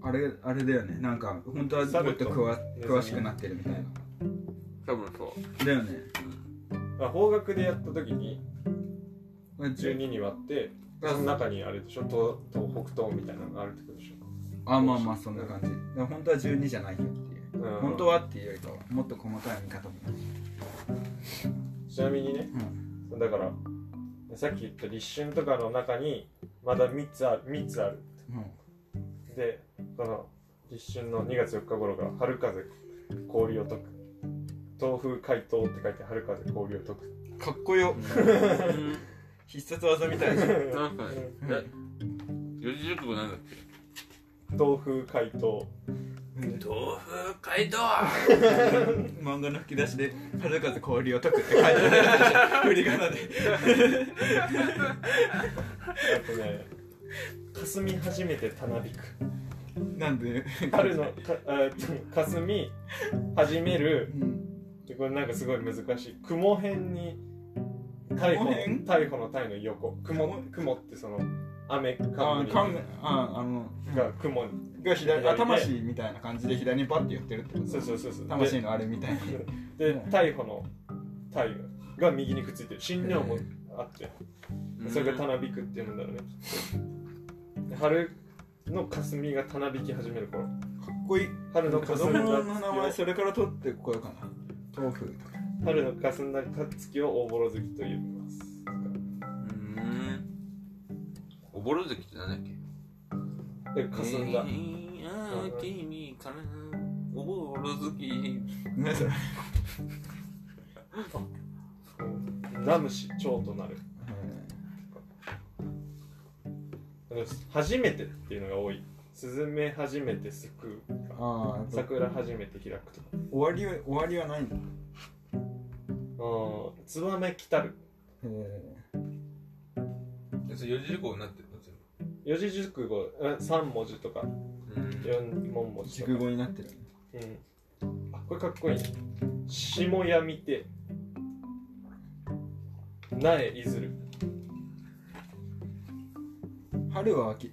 C: あれあれだよねなんか本当はもっと詳詳しくなってるみたいな
D: 多分そ
C: だよね
A: あ方角でやった時に
C: 12
A: 12に割って
C: あ
A: その中にあれでしょ東東北東みたいなのがあるってことでしょ
C: あまあまあそんな感じだから本当は12じゃないよっていう
A: うん
C: 本当はっていうよりかはもっと細かい見方も
A: ちなみにね
C: うん
A: だからさっき言った立春とかの中にまだ3つある3つあるでその立春の2月4日頃が春風氷を解く東風解凍って書いて春風氷を解く
C: うんかっこよ
D: ううん
C: 必殺技みたいじゃん
D: なんかねえ四字熟語なんだっけ
A: 東風解凍
D: 豆腐街道
C: 漫画の吹き出しで「春風氷を解く」って書いてあるや つでしょ振り仮名で
A: あとね霞み始めてたなびく
C: なんで
A: 春のかあ霞み始める
C: うん
A: でこれなんかすごい難しい雲辺に逮捕
C: 雲辺
A: の逮捕の逮の横雲
C: 雲
A: 雲ってその雨
C: あ
A: か
C: かんああの
A: が雲に
C: が左あ魂みたいな感じで左にパッて寄ってるってこと
A: そうそうそうそう
C: 魂のあれみたいな
A: で
C: う
A: で
C: ん
A: 逮捕の逮が右にくっついてる新尿もあってそれがたなびくっていうんだろうねで春の霞がたなびき始める頃
C: かっこいい
A: 春の
C: 子
A: 霞ん
C: 供
A: だ
C: の名前
A: 月を
C: それから取ってこようかな豆腐とか
A: 春の霞んだ月を大ぼろ月と呼びます
D: うんおぼろ月ってなんだっけ
A: で霞んだ、
D: えー、君からおぼろ月
C: 何それ
A: ラムシ蝶となる初めてっていうのが多いスズメ初めてすくう
C: ああやっぱ
A: 桜初めて開くとか
C: 終わりは終わりはないんだへ
A: うんツバメ来たる
C: え
D: それ四字熟語になってるの全
A: 四字熟語3文字とか
D: 部
A: 4文文字とか
C: 熟語になってる
A: うん、あこれかっこいいね下や見て苗いずる
C: 春は秋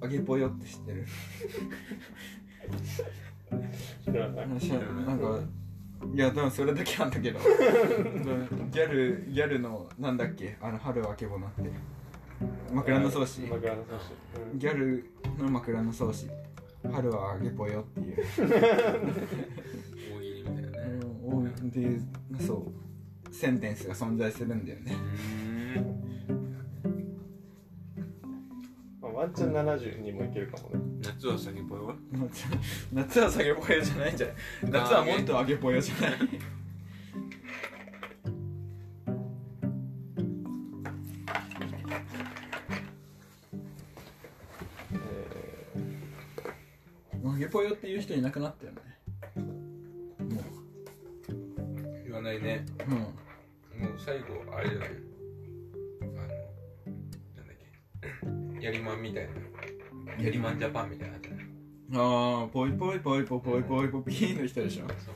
C: 揚げぽよって知ってる
A: 知らない
C: 話はなんかいやでもそれだけなんだ けどギャルギャルのなんだっけあの春はあけぼのって枕草子
A: 枕草子、うん
C: ギャルの枕草子春はあげぽよっていう
D: 大喜利みたいなね
C: うんでそうセンテンスが存在するんだよね
D: うん
A: まあ、ワンチャン72もいけるかもね
D: 夏は先っぽいわ
C: 夏夏は下げぽよじゃないんじゃない夏はもっと上げぽよじゃない
A: え
C: 上げぽよっていう人いなくなったよねも
D: 言わないね
C: ううん
D: もう最後あれじゃないあのなんだっけやりまんみたいなやりまんジャパンみたいなのあったじゃない
C: ああぽいぽいぽいぽいぽいぽいぽいピーの人でしょ
D: そう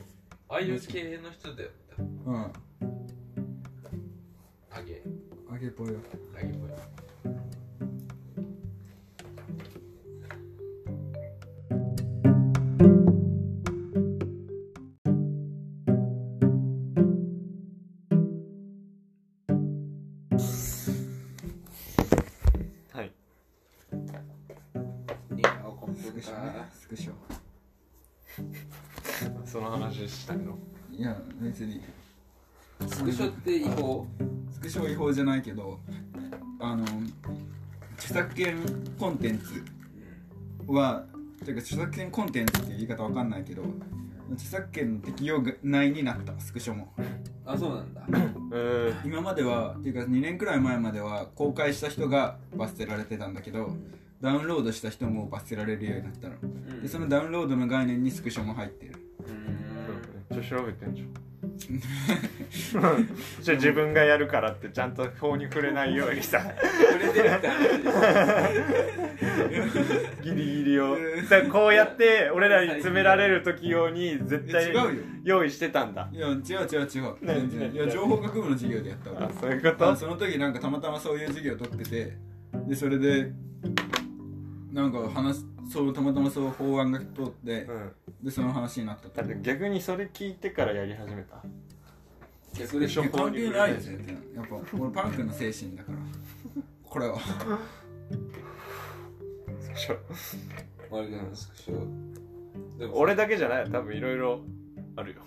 D: ああいう系の人だよ
C: うんげぽよ
D: ラギっぽい
A: はい
B: いやコンピ
C: ス
B: ュ
C: ク
B: ー
C: シ
B: タ
C: ョね
B: ー
C: スクショ
A: その話したいの
C: いや別に
B: スクショって違法
C: スクショ違法じゃないけどあの著作権コンテンツはていうか著作権コンテンツっていう言い方わかんないけど著作権の適用内になったスクショも
B: あそうなんだ
A: うん
C: 今まではっていうか2年くらい前までは公開した人が罰せられてたんだけどダウンロードした人も罰せられるようになったのでそのダウンロードの概念にスクショも入ってる
A: めっちゃ調べてんじゃんじゃあ自分がやるからってちゃんと法に触れないように さ
B: 触れてるって話
A: ギリギリを
C: うん
A: だからこうやって俺らに詰められる時用に絶
C: え
A: 対
C: 違うよ
A: 用意してたんだ
C: いや違う違う違う
A: ね
C: 全然いや情報学部の授業でやったわ
A: あそういうこ
C: あ
A: と
C: その時なんかたまたまそういう授業を取っててでそれでなんか話すそうたまたまそう法案が通って
A: うん
C: でその話になったと
A: だって逆にそれ聞いてからやり始めた
B: 逆で
C: い
B: しょ
C: や関係ないよ全然やっぱ俺パン君の精神だからこれは
A: しょ
B: 俺でもスクショでも
A: 俺だけじゃないよ多分いろいろあるよ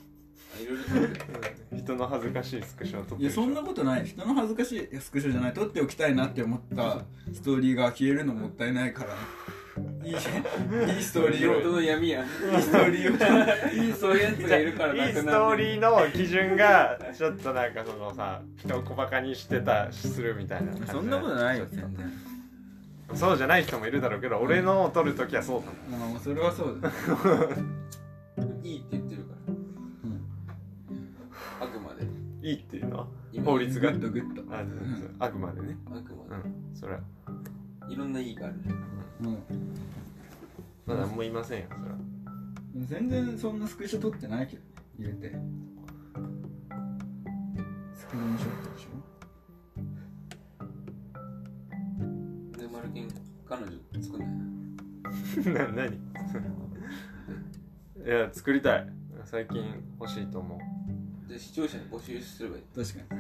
B: あいろいろ撮ってる
A: 人の恥ずかしいスクショを撮って
C: いやそんなことない人の恥ずかしいいやスクショじゃない撮っておきたいなって思ったストーリーが消えるのもったいないからいいいいストーリ
B: 仕事
C: ーを
B: の闇や
C: いいストーリーをいい
B: そういうやつがいるから
A: い
B: ないく
A: スト
B: な
A: ー
B: る
A: リーの基準がちょっとなんかそのさ人を小バカにしてたするみたいな感じ
C: そんなことないよ
A: ちょっ
C: 全然
A: とそうじゃない人もいるだろうけど俺のを撮るときはそうだもん
C: まあもうそれはそうだ
B: いいって言ってるからあくまで
A: いいっていうのは
B: 今
A: 法律
C: グ
A: が
C: ッとグッと
A: あ
C: ん
A: あくまでね
B: あくま
A: うんそれは
B: でいろんないいがあるね
C: うん
A: まだ何も言いませんよそれは
C: 全然そんなスクショ撮ってないけどね入れてスクリーンショットでし
B: でマルケン彼女作んない
A: な何いや作りたい最近欲しいと思う
B: じゃあ視聴者に募集すればいい
C: ょ確か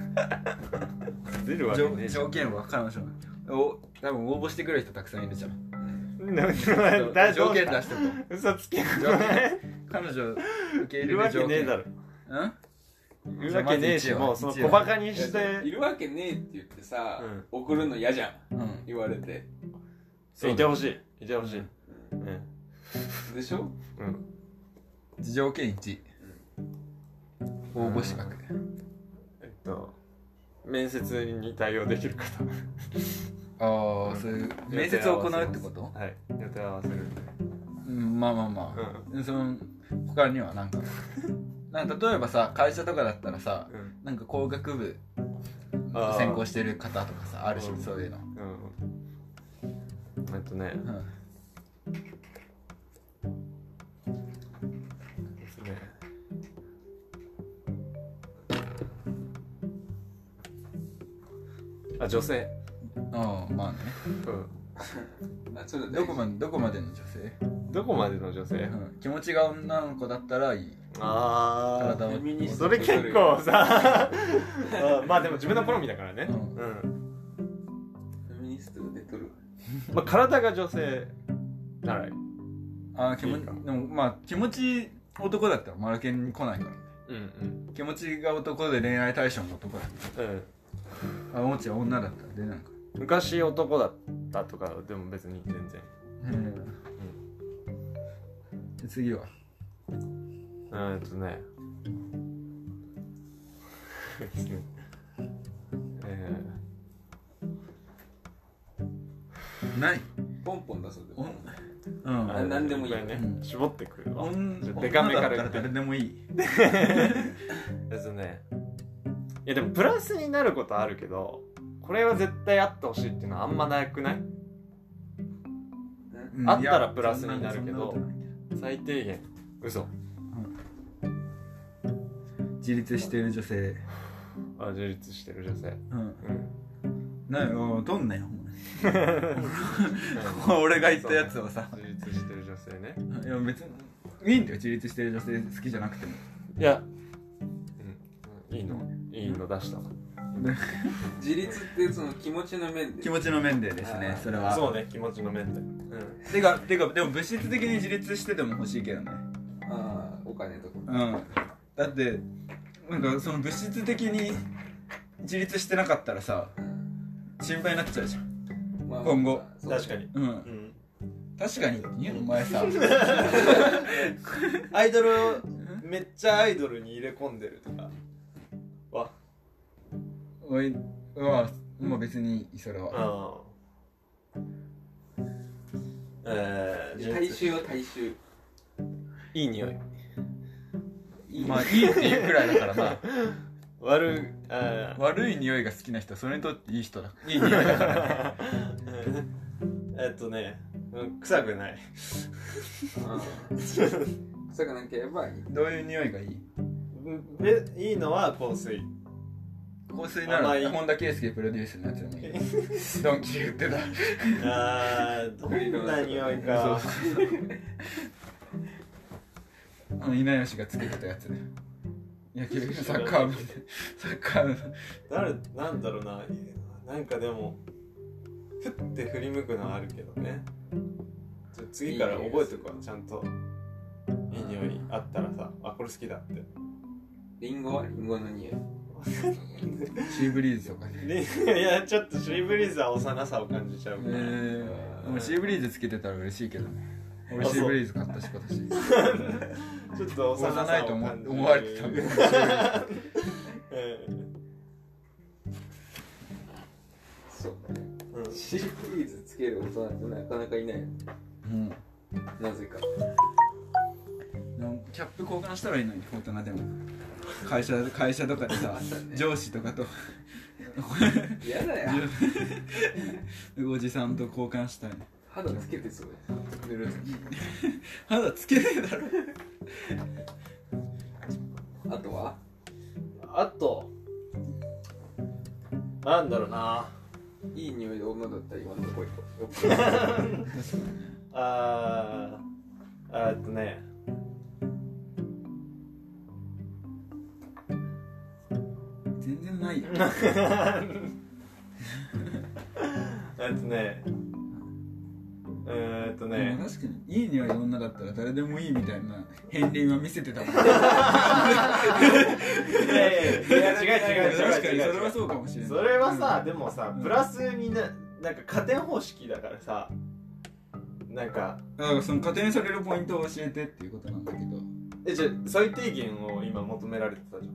C: に
A: 出るわけねえじゃん
C: 条条件は彼女なお多分応募してくる人たくさんいるじゃん
A: だど
C: 条
A: うし
C: 件
A: た
C: 出してと
A: 嘘つけ
C: 条件彼女受け
A: い
C: 入れ
A: るわ
C: る
A: け
C: 条
A: ねえ
C: 件
A: だろ
C: うん
A: いるわけねえし
C: じゃあ
A: も
C: ま
A: う
C: ず
A: そ
C: 一
A: の小
C: 話
A: バカにし
B: い
A: て
B: るわけねえって言ってさ、
A: うん
B: 送るの嫌じゃん
C: うん
B: 言われて、
A: いてほしいいてほしいうん
B: でしょ
A: うん
C: 条件1応募資格
A: えっと面接に対応できる方
C: ああそういう面接を行うってこと
A: はい予定合わせるんで
C: うんまあまあまあ、その他にはなん かなんか例えばさ会社とかだったらさ
A: うん
C: なんか工学部
A: あー
C: 専攻してる方とかさあるし
A: うん
C: そういうの、
A: うんえっとね
C: うん、
A: ですね。あ、女性。
C: ああまあね
A: うん。
B: あそれ
C: どこまでどこまでの女性、
A: どこまでの女性
C: うん、気持ちが女の子だったらいい
A: あ
C: 体を
B: フェミニ
A: あ。
B: ス
A: それ結構さ。あまあでも自分の好みだからね。
C: う
A: うんん。
B: フェミニストが出とる
A: まあ体が女性ならいい。
C: ああ気持
A: いい
C: ちで
A: か
C: もまあ気持ち男だったらマルケンに来ないか
A: う
C: らね
A: んうん。
C: 気持ちが男で恋愛対象の男だっ
A: うん。
C: たらあもちは女だったら出ないか
A: 昔男だったとかでも別に全然。
C: らうん、で次は
A: うーんとね。 えー
C: ない
B: ポンポンだそうで
C: おうん
B: あ何でもいい
A: これね
C: うん
A: 絞ってくるわちょっと
C: 女
A: デカめか
C: 女だ
A: ら
C: っ
A: い
C: た
A: く
C: ら誰でもいい
A: えっとねいやでもプラスになることはあるけどこれは絶対あってほしいっていうのはあんまなくない
B: うん
C: うん
A: あったら
C: いや
A: プラスになるけど
C: そんなことない
A: 最低限嘘
C: 自立している女性
A: あ自立してる女性
C: うん
A: うん
C: なよどんなよお前 俺が言ったやつをさ
A: 自立してる女性ね
C: いや別にいいんだよ自立してる女性好きじゃなくても
A: いや、うん、いいのいいの出した
B: 自立ってその気持ちの面で
C: 気持ちの面でです
B: あ
C: ね
B: ー
C: それは
A: そうね気持ちの面でうん
C: てかてかでも物質的に自立してても欲しいけどね
B: ああお金とか
C: うんだってなんかその物質的に自立してなかったらさ心配になっちゃうじゃん
B: まあ
C: 今後
B: そう
A: 確かに
C: うん
A: うん
C: 確かにって言うのお前さ
A: アイドルをめっちゃアイドルに入れ込んでるとかわ
C: おいはもう別にいいそれは
A: あえー、
B: 大衆は大衆
A: いい匂い
C: まあいいっていうくらいだからな
A: 悪いあ
C: 悪い匂いが好きな人それにとっていい 人だいい匂いだからね
A: ー えっとねうん臭くない
B: ああ臭くなければいい
C: どういう匂いがいい
A: でいいのは香水
C: 香水なら
A: 甘い
C: 本田圭佑プロデュースのやつでもいいドンキ言ってた
A: あーどんな匂いか
C: あの稲吉がつけてたやつね野球部サッカー部でサッカー部の
A: 誰なんだろうななんかでもふって振り向くのはあるけどねちょ次から覚えておくわちゃんといい匂いあったらさあこれ好きだって
B: リンゴはリンゴの匂い
C: シーブリーズとかね
A: でいやちょっとシーブリーズは幼さを感じちゃう
C: え
A: から、
C: ー、もうシーブリーズつけてたら嬉しいけどね俺
A: あそう
C: シーブリーズ買ったし今年
A: ちょっと幼さを
C: 幼い
A: 感じ
C: と
A: る
C: 思思われてたんだけどシーブリーズ
A: うん
B: そう
A: うん
B: シーフリーズつける大人ってなかなかいないよ
C: うん
B: なぜか
C: でもキャップ交換したらいいのに大人でも会社会社とかでさ上司とかと
B: 嫌だよ
C: おじさんと交換 したい
B: 肌つけてそうです塗るとき
C: 肌つけねえだろ
B: あとは
A: あとなんだろうない
B: い匂いで女だったら今のとこ行こう
A: あーあーっとね
C: 全然ないよ
A: えっとねえーっと
C: で
A: ね
C: も確かにいい匂い女だったら誰でもいいみたいな片鱗は見せてたも ん
A: いやいやいや違う違う違う違う
C: 確かにそれは
A: そ
C: そうかもしれない
A: れはさ、でもさ
C: うん
A: プラスにななんか加点方式だからさなんか
C: だからその加点されるポイントを教えてっていうことなんだけど
A: えじゃあ最低限を今求められてたじゃん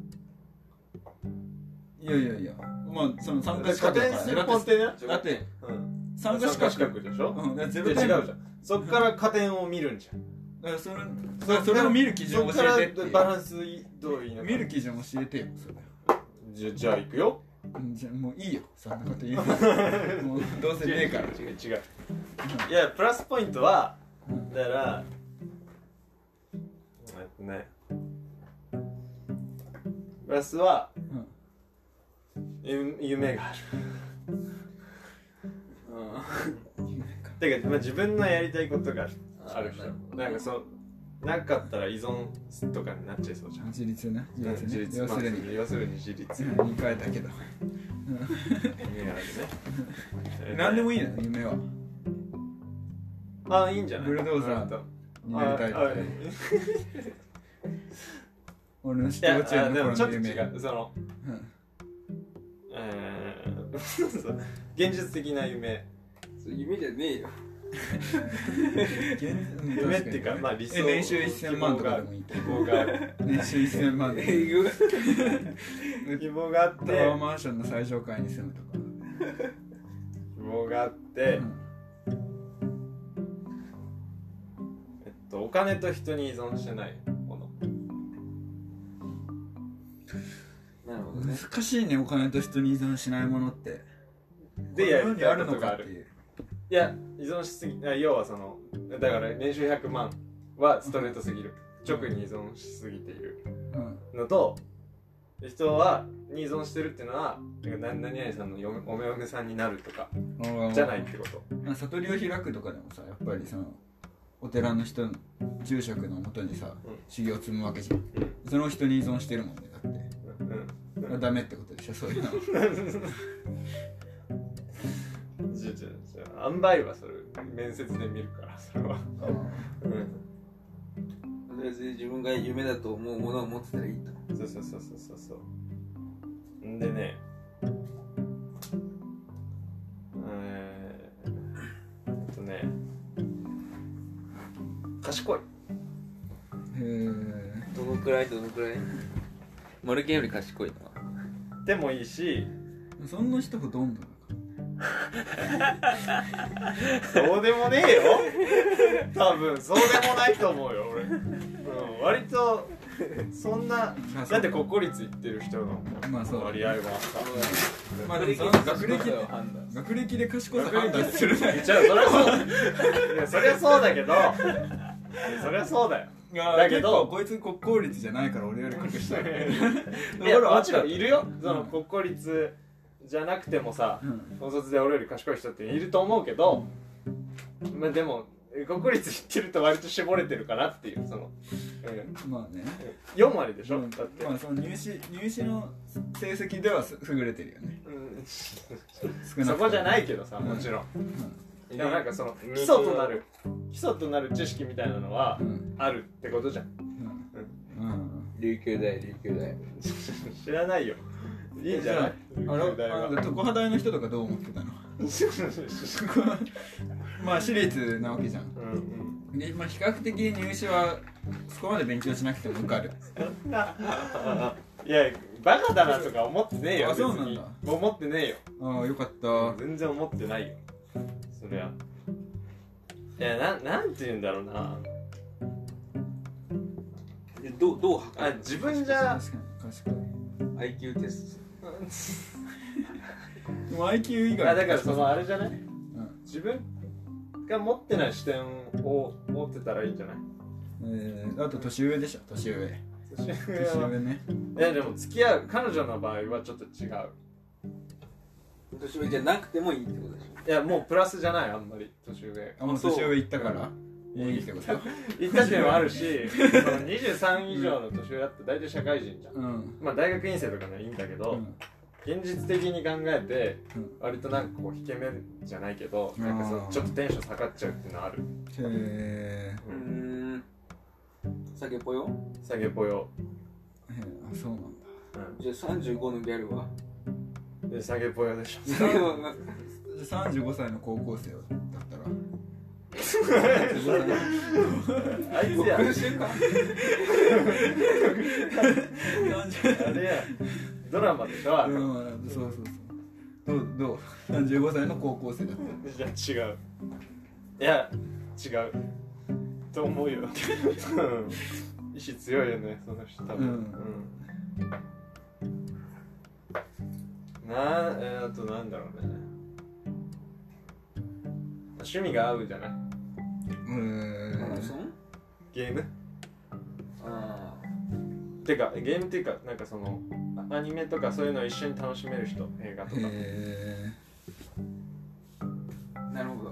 C: いやいやいやまあその参加資
A: 加
C: 格だ
A: 点
C: から
A: す
C: ね
A: る
C: だ
A: 根
C: って
A: 底ね
C: だって
A: うん
C: 参加資格
A: でしょ、
C: うんだからゼ
A: で違
C: ロ
A: うじ
C: 点
A: ゃんそっから加点を見るんじゃん
C: だからそれだからそれを見る基準
A: そ
C: を
A: っ
C: 教
A: から
C: えてっていう
A: バランスどういいのか
C: 見る基準教えてよそれ
A: じゃじゃあ行くよ
C: うんじゃあもういいよそんなこと言 うのもうどうせねえから
A: 違う違ういやプラスポイントは
C: うん
A: だからえっとねプラスは
C: うん
A: ゆ夢があるてか、まあ、自分のやりたいことがある人なんかそうなかったら依存とかになっちゃいそうじゃん
C: 自立ね自立
A: 自立
C: ね要する
A: ま
C: に
A: あ要するに自立夢
C: 2回だけど
A: があるね
C: 何でも
A: いい
C: いいの夢は
A: あいいんじゃない
C: ブルドーザーになりたいと
A: ああ
C: かね俺の
A: い
C: 幼
A: や
C: 稚
A: あ
C: 園
A: で
C: の
A: も
C: 頃
A: ちょっ
C: の
A: と
C: 夢
A: 違うその
C: うん
A: えー そう現実的な夢
B: それ夢じゃねえよ
C: 現実うん
A: 夢っていうか
C: 確に
A: まあ理想
C: え年収1000万とかでもいいけ
A: 希
C: ど
A: 望がある
C: 年収1000万で
B: 英語が
A: 希望があって
C: タワーマンションの最上階に住むとか
A: 希望があって、えっと、お金と人に依存してないも
B: なるほ
C: う
B: ど
C: ん
B: ね
C: 難しいねお金と人に依存しないものって
A: の
C: この
A: でや
C: 世
A: り
C: に
A: た
C: あ
A: い
C: る
A: こ
C: の
A: とが
C: か
A: あ
C: って
A: る
C: いう
A: いや依存しすぎあ要はそのだから年収100万はストレートすぎる直に依存しすぎている
C: うん
A: のと人はに依存してるっていうのはなんか何々さんの嫁お嫁さんになるとか
C: うん
A: じゃないってこと
C: まあ、悟りを開くとかでもさやっぱりそのお寺の人住職のもとにさ、
A: うん
C: 修行を積むわけじゃん、その人に依存してるもんねだって、
A: う
C: だからダメってことでしょそう いうの
A: ん じゃあじゃあじゃあ塩梅はそれ面接で見るからそれはうん
B: とりあえず自分が夢だと思うものを持ってたらいいと
A: そうそうそうそうそうそうんでねえー、えっとね賢い
C: へえ
B: どのくらいどのくらいマルケンより賢いのは
A: でもいいし
C: そんな人ほとんどだから
A: そうでもねえよ多分そうでもないと思うよ俺、うん、割とそんな
C: まあそう
A: だって国公立行ってる人の
C: まあそう
A: 割合は
C: まあでもその学歴で
D: 判断
C: 学歴で賢さ判断す る
A: あったじゃあそりゃそういやそりゃそうだけどいやそりゃそうだよだ
C: だ
A: け
C: け
A: ど
C: どこいつ国公立じゃないから俺より隠したい
A: いやもちろんいるよその
C: うん
A: 国公立じゃなくてもさ
C: うん
A: 高卒で俺より賢い人っていると思うけど、まあ、でも国公立行ってると割と絞れてるかなっていうその、うん、
C: まあね
A: 4割でしょ、
C: うん
A: だって、
C: まあその入試入試の成績ではす優れてるよね
A: うん
C: 少なくとも
A: そこじゃないけどさ
C: うん
A: もちろん、
D: で
A: でもなんかその基礎となる基礎となる知識みたいなのは
C: うん
A: あるってことじゃん
C: うん、うん
B: 琉球大琉球大
A: 知らないよいいんじゃない
C: あれ
A: 琉球大
C: あ
A: は
C: なんか常葉大の人とかどう思ってたの まあ私立なわけじゃん
A: うんうん
C: で、まあ、比較的入試はそこまで勉強しなくても受かる
A: いやバカだなとか思ってねえよ
C: あそうなんだ
A: 別に思ってねえよ
C: ああよかった
A: 全然思ってないよそりゃいやなんなんて言うんだろうな
B: えどうどう
A: あ
B: 測る
A: 自分じゃ
C: 確かに賢い
B: IQ テス
C: でも IQ 以外
A: あだからそのあれじゃない
C: うん
A: 自分が持ってない視点を持ってたらいいんじゃない
C: えー、あと年上でしょ年上
A: 年上
C: 年
A: は
C: 上ね
A: いやでも付き合う彼女の場合はちょっと違う
B: ト年上じゃなくてもいいってことでしょ
A: いやもうプラスじゃないあんまり年上
C: あもう
B: そう
C: 年上行ったからいいってこと
A: 言った点もあるしその23以上の年上だって大体社会人じゃん
C: うん
A: まあ大学院生とかねいいんだけ
C: う
A: ど、
C: ん
A: 現実的に考えて、
C: うん
A: 割となんかこう引け目じゃないけどなんかその
C: あー
A: ちょっとテンション下がっちゃうっていうのはある
C: へー
A: う
B: うんーん酒ぽよ
A: 下げぽよ、
C: えー、あそうなんだ
B: じゃあ35のギャルは
A: うん、で下げぽよで しょ
C: じゃあ35歳の高校生だ ったら
A: あいつや
B: 空襲か
A: あれやドラマでしょあ
C: う
A: れ、
C: ん、そうそうそう。どう、どう、35歳の高校生だった。
A: いや違ういや違うと思 うようん意志強いよねその人多分、
C: う
A: うんなあえーあとなんだろうね趣味が合うじゃない
C: うん
B: マラソン
A: ゲーム
B: あ
A: てかゲームっていうかなんかそのあアニメとかそういうのを一緒に楽しめる人映画とか、
C: へ
B: あなるほ
A: う
B: ど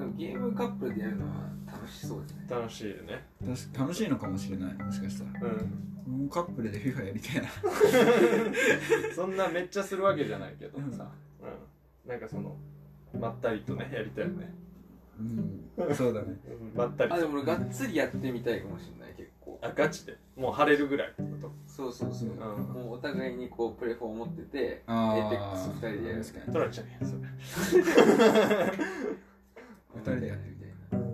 B: でもゲームカップルでやるのは楽しそうですね
A: ん、楽しいよね
C: え。確か楽しいのかもしれない。もしかしたら。
A: うん
C: もうカップルで FIFA やりたいな。
A: そんなめっちゃするわけじゃないけどさ、うん、なんかそのまったりとねやりたいよね、
C: うん、そうだね。
A: うん、まったり
B: あで
A: と
B: も俺がっつりやってみたいかもしれない結構
A: あガチでもう晴れるぐらいってこと
B: そうそうそう、
A: ん
B: もうお互いにこうプレフォー持ってて
C: あ
B: エ
C: ー
B: ペックス2人でやる
C: 確か
A: 取られちゃうやんそれ
C: 二人でやる
B: みたいな
A: 確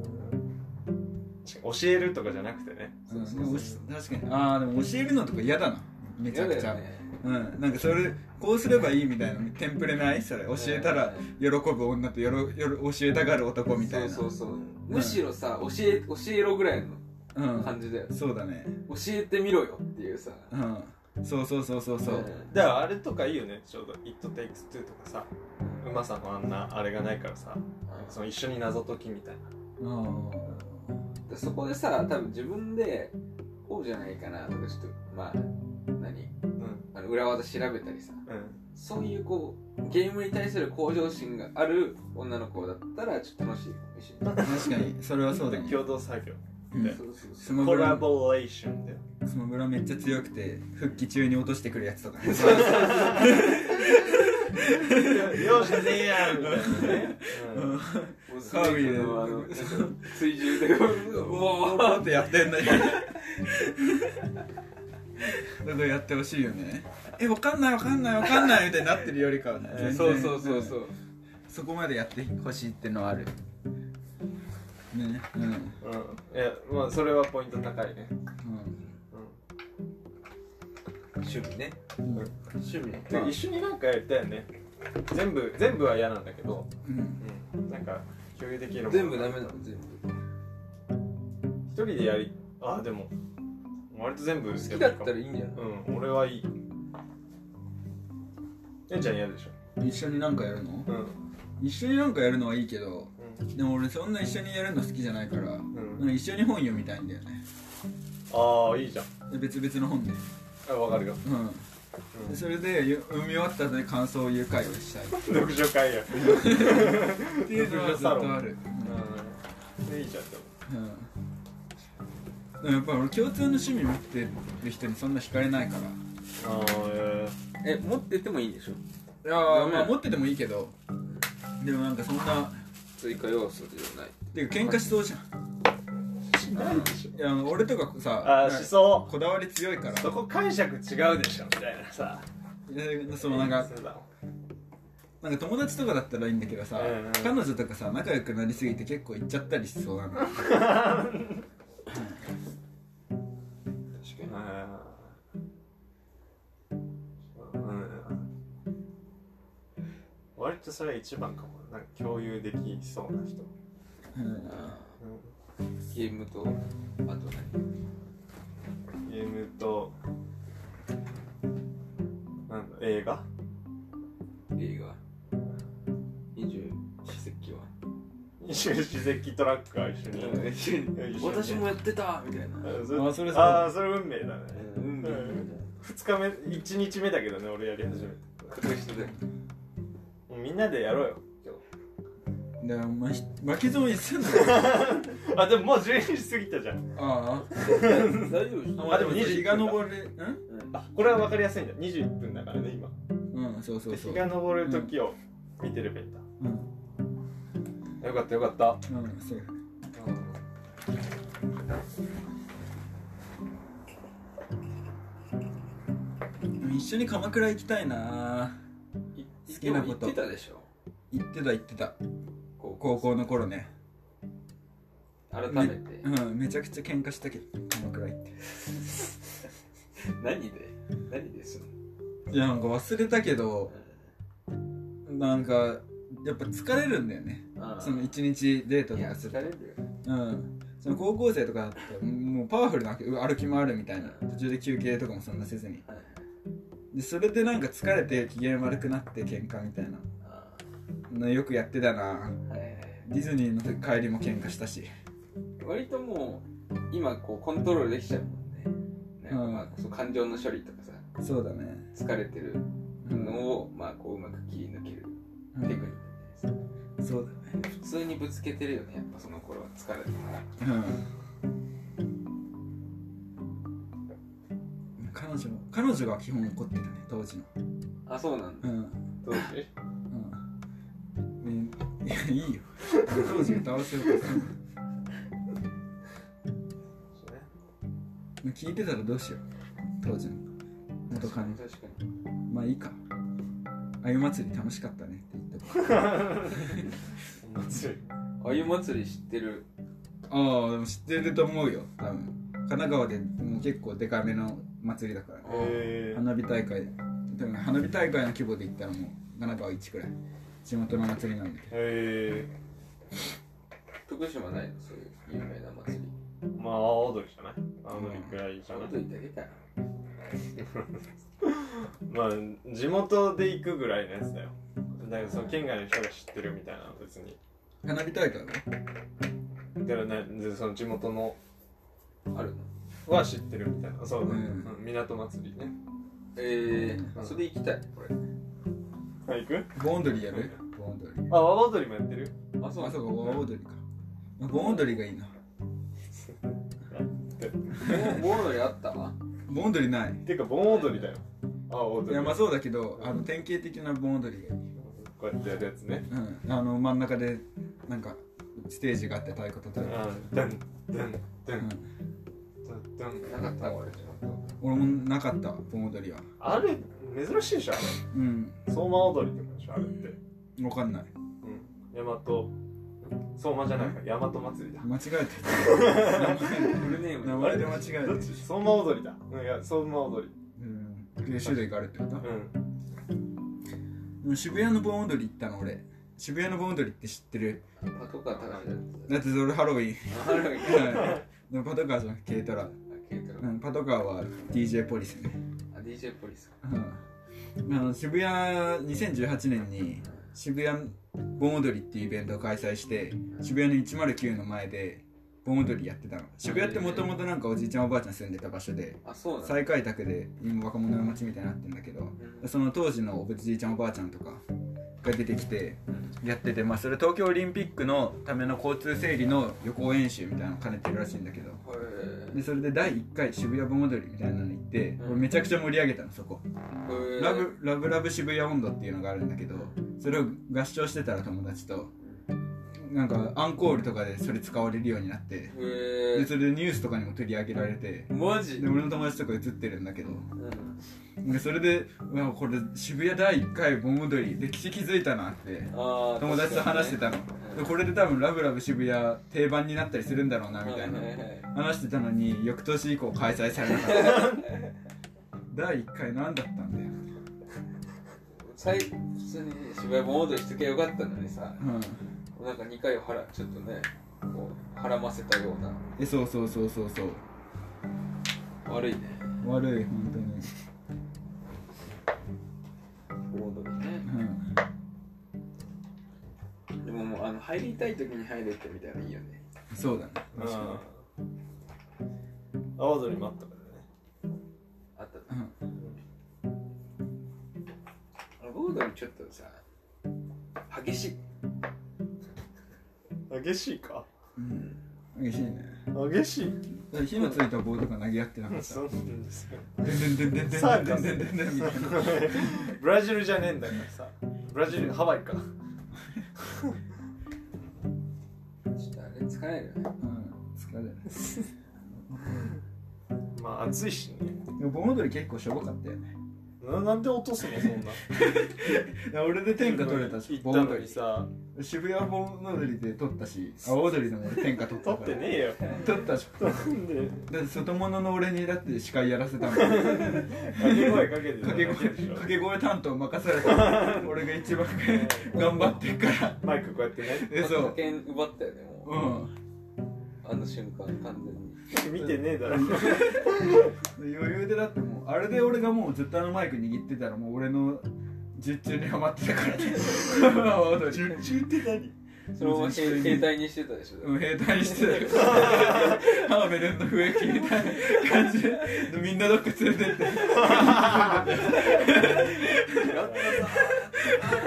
A: かに教えるとかじゃなくてね
C: うんでも確かに。ああ、でも教えるのとか嫌だな。めちゃくちゃ。
B: 嫌だよね
C: うん、なんかそれこうすればいいみたいなテンプレないそれ教えたら喜ぶ女とよろよろ教えたがる男みたいな
B: そうそうそう、むしろさ教え教えろぐらいの感
C: う
B: じだよ、
C: ん、そうだね
B: 教えてみろよっていうさ、
C: うんそうそうそうそうそう、
B: ん
A: だからあれとかいいよねちょうど「It Takes Two」とかさうまさのあんなあれがないからさなんかその一緒に謎解きみたいな
C: ああ
B: でそこでさ多分自分でこうじゃないかなとかちょっとまあ何
A: うん
B: あの裏技調べたりさ
A: うん
B: そういうこうゲームに対する向上心がある女の子だったらちょっと楽しいかもしれない
C: 確かにそれはそうだね
A: 共同作業
C: うん
B: そうそうそ
C: ス
B: う
C: マ
A: コ
C: ブ
A: ラ
C: ラ
A: ボレーションで
C: スマブラめっちゃ強くて復帰中に落としてくるやつと かね
A: よしでやみたいなね、うん
B: もうす
C: カービィで
B: ごいあのなんか追従で
C: う
B: うわ
C: わーってやってんだよだからやってほしいよねえわかんないわかんないわかんないみたいになってるよりかはね全然
D: そうそうそうそうう。
C: んそこまでやってほしいってのはあるねうん、うん、
A: うん、いやまあそれはポイント高いね、趣味ね、趣味
C: まあ
A: 一緒になんかやりたいよね全部全部は嫌なんだけど、
C: うん、
A: なんか共有できるもん
B: 全部ダメなの全部
A: 一人でやりああでも割と全部好
B: 好きだったらいいんじゃない
A: うん俺はいいえんちゃん嫌でしょ
C: 一緒になんかやるの
A: うん
C: 一緒になんかやるのはいいけどでも俺そんな一緒にやるの好きじゃないから、
A: うん、
C: なんか一緒に本読みたいんだよね
A: ああいいじゃん
C: で別々の本で
A: あわかるよ、
C: うん
A: うん
C: それでよ読み終わった後に感想を言う会をしたいっ
A: 読書会や
C: ていうのはずっとある、
A: うんでいいじゃんでも
C: うん、うん、やっぱ俺共通の趣味持ってる人にそんな惹かれないから
A: ああえ
B: え持っててもいいんでしょ
C: いや
B: ー
C: まあ持っててもいいけどでもなんかそんなっ
B: 追加要素ではない
C: ていうか喧嘩しそうじゃん
A: ー、しないでしょ
C: いや俺とかさ
A: ああ
C: なん
A: し
C: か
A: そ
C: こだわり強いから
A: うそこ解釈違うでしょみたいなさ
C: でそのなんか
A: そうだ
C: なんか友達とかだったらいいんだけどさ、
A: うんうん
C: 彼女とかさ仲良くなりすぎて結構行っちゃったりしそうなの
B: 確かに
A: あーうん割とそれは一番かもなんか共有できそうな人、
C: うん
B: ゲームとあと何
A: ゲームとなんだ映画
B: 映画二十四節気は
A: 二十四節気トラックは一緒に、
B: 私もやってたみたいな
A: あそれ
C: あそれそう
A: あーそれ運命だね、
B: 運命み
A: 二日目一日目だけどね俺やり始めて
B: たいな隠してたよ
A: もうみんなでやろうよ
C: だからお前ひ巻き添えにすんの
A: あでももう12時過ぎたじゃん
C: あ
B: 大丈夫でし
C: あ
B: ょ
A: あでも
C: ちょっと日が
A: 20
C: 昇るん
A: あこれは分かりやすいんだ21分だからね今
C: うんそうそう
A: で
C: そ
A: 日が
C: う
A: 昇る時を見てればいいんだ、
C: うん、
A: よかったよかった
C: うん、そう一緒に鎌倉行きたいな好きなこ
B: で
C: と
B: も言ってたでしょ
C: 行ってた行ってた
B: 高
C: 高校の頃ね
B: 改めて
C: うんめちゃくちゃ喧嘩したけど鎌倉行って
B: 何で何です
C: いやなんか忘れたけどなんかやっぱ疲れるんだよねその一日デート
B: い
C: と
B: や
C: かす
B: 疲れ
C: る
B: るよ
C: とうんその高校生とかだってもうパワフルな歩き回るみたいな途中で休憩とかもそんなせずに
B: はいはい
C: でそれでなんか疲れて機嫌悪くなって喧嘩みたいな
B: あ
C: のよくやってたな
B: ーはいはい
C: ディズニーの帰りも喧嘩したし
B: 割ともう今こうコントロールできちゃうもんねなんかまあそう感情の処理とかさ
C: そうだね
B: 疲れてる
C: うん
B: のをまあこううまく切り抜けるテクニックです
C: そう
B: 普通にぶつけてるよねやっぱその頃は疲れてな
C: だねうん彼女も彼女が基本怒ってたね当時の
B: あそうなん
C: う
B: だ
C: ん
A: どうし
C: うん、ね、いやいいよ当時歌わせようとするの聞いてたらどうしよう当時の元
B: 確か
C: カノ
B: に確かに
C: まあいいかあゆ祭り楽しかったねって言って
A: お祭り
B: あゆ祭り知ってる
C: ああでも知ってると思うよ多分神奈川でもう結構デカめの祭りだからね
A: えー
C: 花火大会でも花火大会の規模で言ったらもう神奈川一くらい地元の祭りなんで
A: え
B: 徳島ないのそういう有名な祭り
A: ー、まあ阿波踊りじゃない阿波踊りくらいじゃ
B: あ
A: な
B: の
A: い、
B: 時だけか
A: ま
B: な
A: あ地元で行くぐらいのやつだよだからその県外の人が知ってるみたいなの別に
C: 花火大会は
A: だからねその地元の
B: あるの
A: は知ってるみたいなそうね、
C: うん
A: うん港祭りね
B: えー、それ行きたいこれ
A: あ行く
C: 盆踊りやる盆踊り
A: あ阿波踊りもやってる
B: あそ
C: あ
B: う
C: そうか盆踊りか盆踊りがいいな
B: ボードにあったわ
C: 盆踊りない
A: ていうか盆踊りだよ阿波踊り
C: いやまあそうだけどあの典型的な盆踊りがいい
A: こうやってやるやつね
C: うんあの真ん中でなんかステージがあって太鼓叩いて
A: あダンダンダ
C: う
A: ン
C: ん
A: ダン
B: なかったこれ
C: 俺もなかった盆踊りは
A: あれ珍しいでしょあ
C: うん
A: れ相馬踊りってことでしょあれって
C: わかんない
A: 大和相馬じゃないか大和祭りだ
C: 間違えて
B: フルネーム
C: た名前で間違えて
A: どっち相馬踊りだうんいや相馬踊り
C: うんで種類があるってこと
A: うん
C: でも渋谷の盆踊り行ったの俺渋谷の盆踊りって知ってる
B: パトカー高橋だ
C: だってそれハロウィン
B: あハロウィン
C: はいでもパトカーじゃなくて軽トラ、
B: あケイトロ
C: うん、パトカーは DJ ポリスね、
B: あ DJ ポリスか
C: うん、あの渋谷2018年に渋谷盆踊りっていうイベントを開催して渋谷の109の前で盆踊りやってたの渋谷ってもともとなんかおじいちゃんおばあちゃん住んでた場所で
B: あそうなんだ
C: 再開拓で今若者の街みたいになってんだけど
B: うん
C: その当時のおじいちゃんおばあちゃんとかが出てきてやっててまあそれ東京オリンピックのための交通整理の予行演習みたいなのを兼ねてるらしいんだけど
B: これ
C: でそれで第1回渋谷盆踊りみたいなの行って
B: うん
C: 俺めちゃくちゃ盛り上げたのそこ
B: これ
C: ラブラブラブ渋谷温度っていうのがあるんだけどそれを合唱してたら友達となんかアンコールとかでそれ使われるようになって
B: え
C: でそれでニュースとかにも取り上げられて
B: マジ
C: で俺の友達とか映ってるんだけど
B: うん
C: でそれでうわこれ渋谷第1回盆踊り歴史気づいたなって
B: あー
C: 友達と話してたの、でこれで多分ラブラブ渋谷定番になったりするんだろうなみ
B: 確
C: た
B: かに
C: いな
B: ねはいはいはい
C: 話してたのに翌年以降開催されなかった第1回何だったんだよ
B: 最普通に渋谷盆踊りしときゃよかったのにさ
C: うん
B: なんか2回を腹ちょっとねこうはらませたような
C: えそうそうそうそうそう
B: 悪いね
C: 悪い本当に
B: 盆踊りね
C: うん
B: でももうあの入りたい時に入れってみたいないいよね
C: そうだね
A: うん
C: 確か
A: 阿波踊りもあったからね
B: あった
C: に
B: 盆踊りちょっとさ激しい
A: 激しいか
C: うん、うん、激しいね
A: 激しい
C: だって火のついた棒とか投げ合ってなかった
A: そうなんですよ
C: でんでんでんでんで
A: サー
C: ん
A: カス
C: でんでんでんでんみたいな
A: ブラジルじゃねえんだからさブラジルハワイか
B: ちょっとあれ疲れるよね
C: うん疲れる
A: まあ暑いしね
C: でも盆踊り結構しょぼかったよね
A: ななんで落とすのそんな
C: いや俺で天下取れたし
A: 行っ
C: 盆
A: たの
C: 踊り
A: にさ
C: 渋谷盆踊りで撮ったし阿波踊りでも俺天下取った
A: 取
C: か
A: っ
C: ら
A: てねえよ
C: 撮ったし
A: なんで
C: だって外物の俺にだって司会やらせ たもん掛
A: 掛け声かけてただ
C: け
A: け
C: 声
A: でしょ
C: 掛け声担当任された俺が一番頑張ってっから
A: マイクこうやってね
C: えそう
B: 権奪ったよねも
C: う
B: うんあの瞬間完全に
A: 見てねえだろ
C: 余裕でだってもうあれで俺がもうずっとあのマイク握ってたらもう俺の術中にハマってたからね阿波踊り
A: 術中って何
B: そのまま携携帯にしてたでしょ
C: うん兵隊にしてたよハーベルンの笛切りたいな感じでみんなどっか連れてって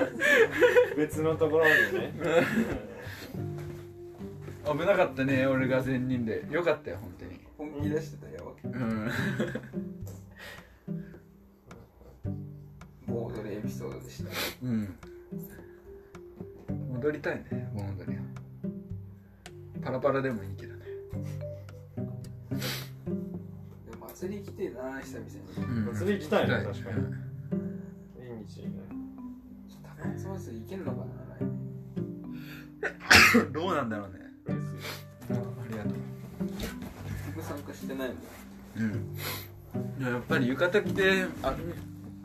A: 別のところにね
C: 危なかったね俺が全人でよかったよ本当に
B: 本気出してたらやば
C: うん
B: 盆踊りエピソードでした
C: うん戻りたいね盆踊りはパラパラでもいいけどね
B: でも祭り来てえな久々に
C: うん
A: 祭り行きたいね
C: 行き
A: 確かに縁日にね
B: ちょ っと高松祭り行けるのかな来年
C: うんどうなんだろうねあありがとう
B: 結局参加してないもん
C: うんいややっぱり浴衣着てあ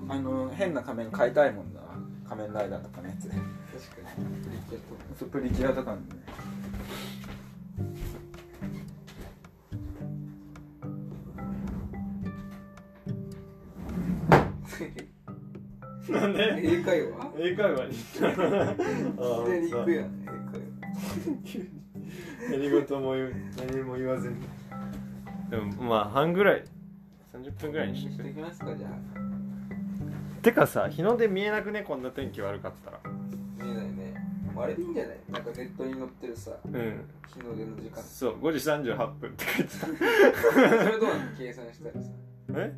C: あの変な仮面買いたいもんな仮面ライダーとかのやつ
B: 確かにプリキュアとか
C: そうプリキュアとかのね
A: なんで
B: 英会話
A: 英会話に行ったのあ
B: いきなり行く
A: ー
B: やん英会話
A: さ何事も言う何も言わずにでもまあ半ぐらい30分ぐらいにして
B: し
A: く
B: て
A: れ
B: いきますかじゃあ
A: てかさ日の出見えなくねこんな天気悪かったら
B: 見えないねもうあれでいいんじゃないなんかネットに載ってるさ
A: うん
B: 日の出の時間
A: そう5時38分って書いてた
B: それどうなの計算したらさ
A: え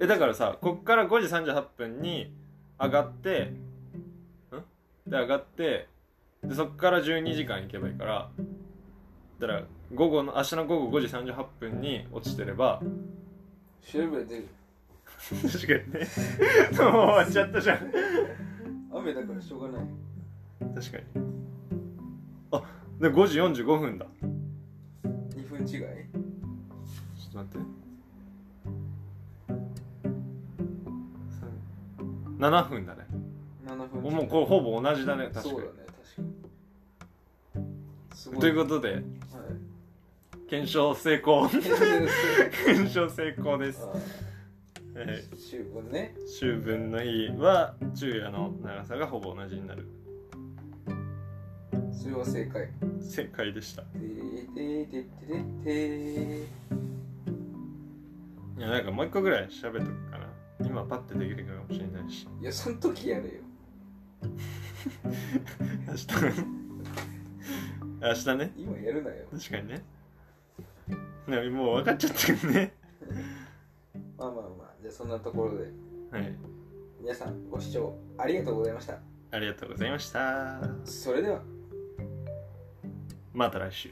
A: えだからさこっから5時38分に上がってんで上がってでそっから12時間行けばいいからだから午後の明日の午後5時38分に落ちてれば
B: 調べれば出る
A: 確かにね もう終わっちゃったじゃん
B: 雨だからしょうがない
A: 確かにあで5時45分だちょ
B: 2分違い
A: っと待って三7分だね
B: 7分違い
A: もうこうほぼ同じだね確かに
B: そうだね確かにす
A: ということで
B: とは
A: 検証成功
B: い
A: 検証成功です、
B: あ
A: え
B: ー週分ね
A: ー、秋分の日は昼夜の長さがほぼ同じになる
B: それは正解
A: 正解でしたい
B: てーてーてーてーてー
A: やなんかもう一個ぐらい喋っとくかな今パッてできるかもしれないし
B: いやその時やれよ
A: 明日明日ね
B: 今やるなよ
A: 確かにねでももう分かっちゃってるね
B: まあまあまあじゃあそんなところで
A: はい
B: 皆さんご視聴ありがとうございました
A: ありがとうございました
B: それでは
A: また来週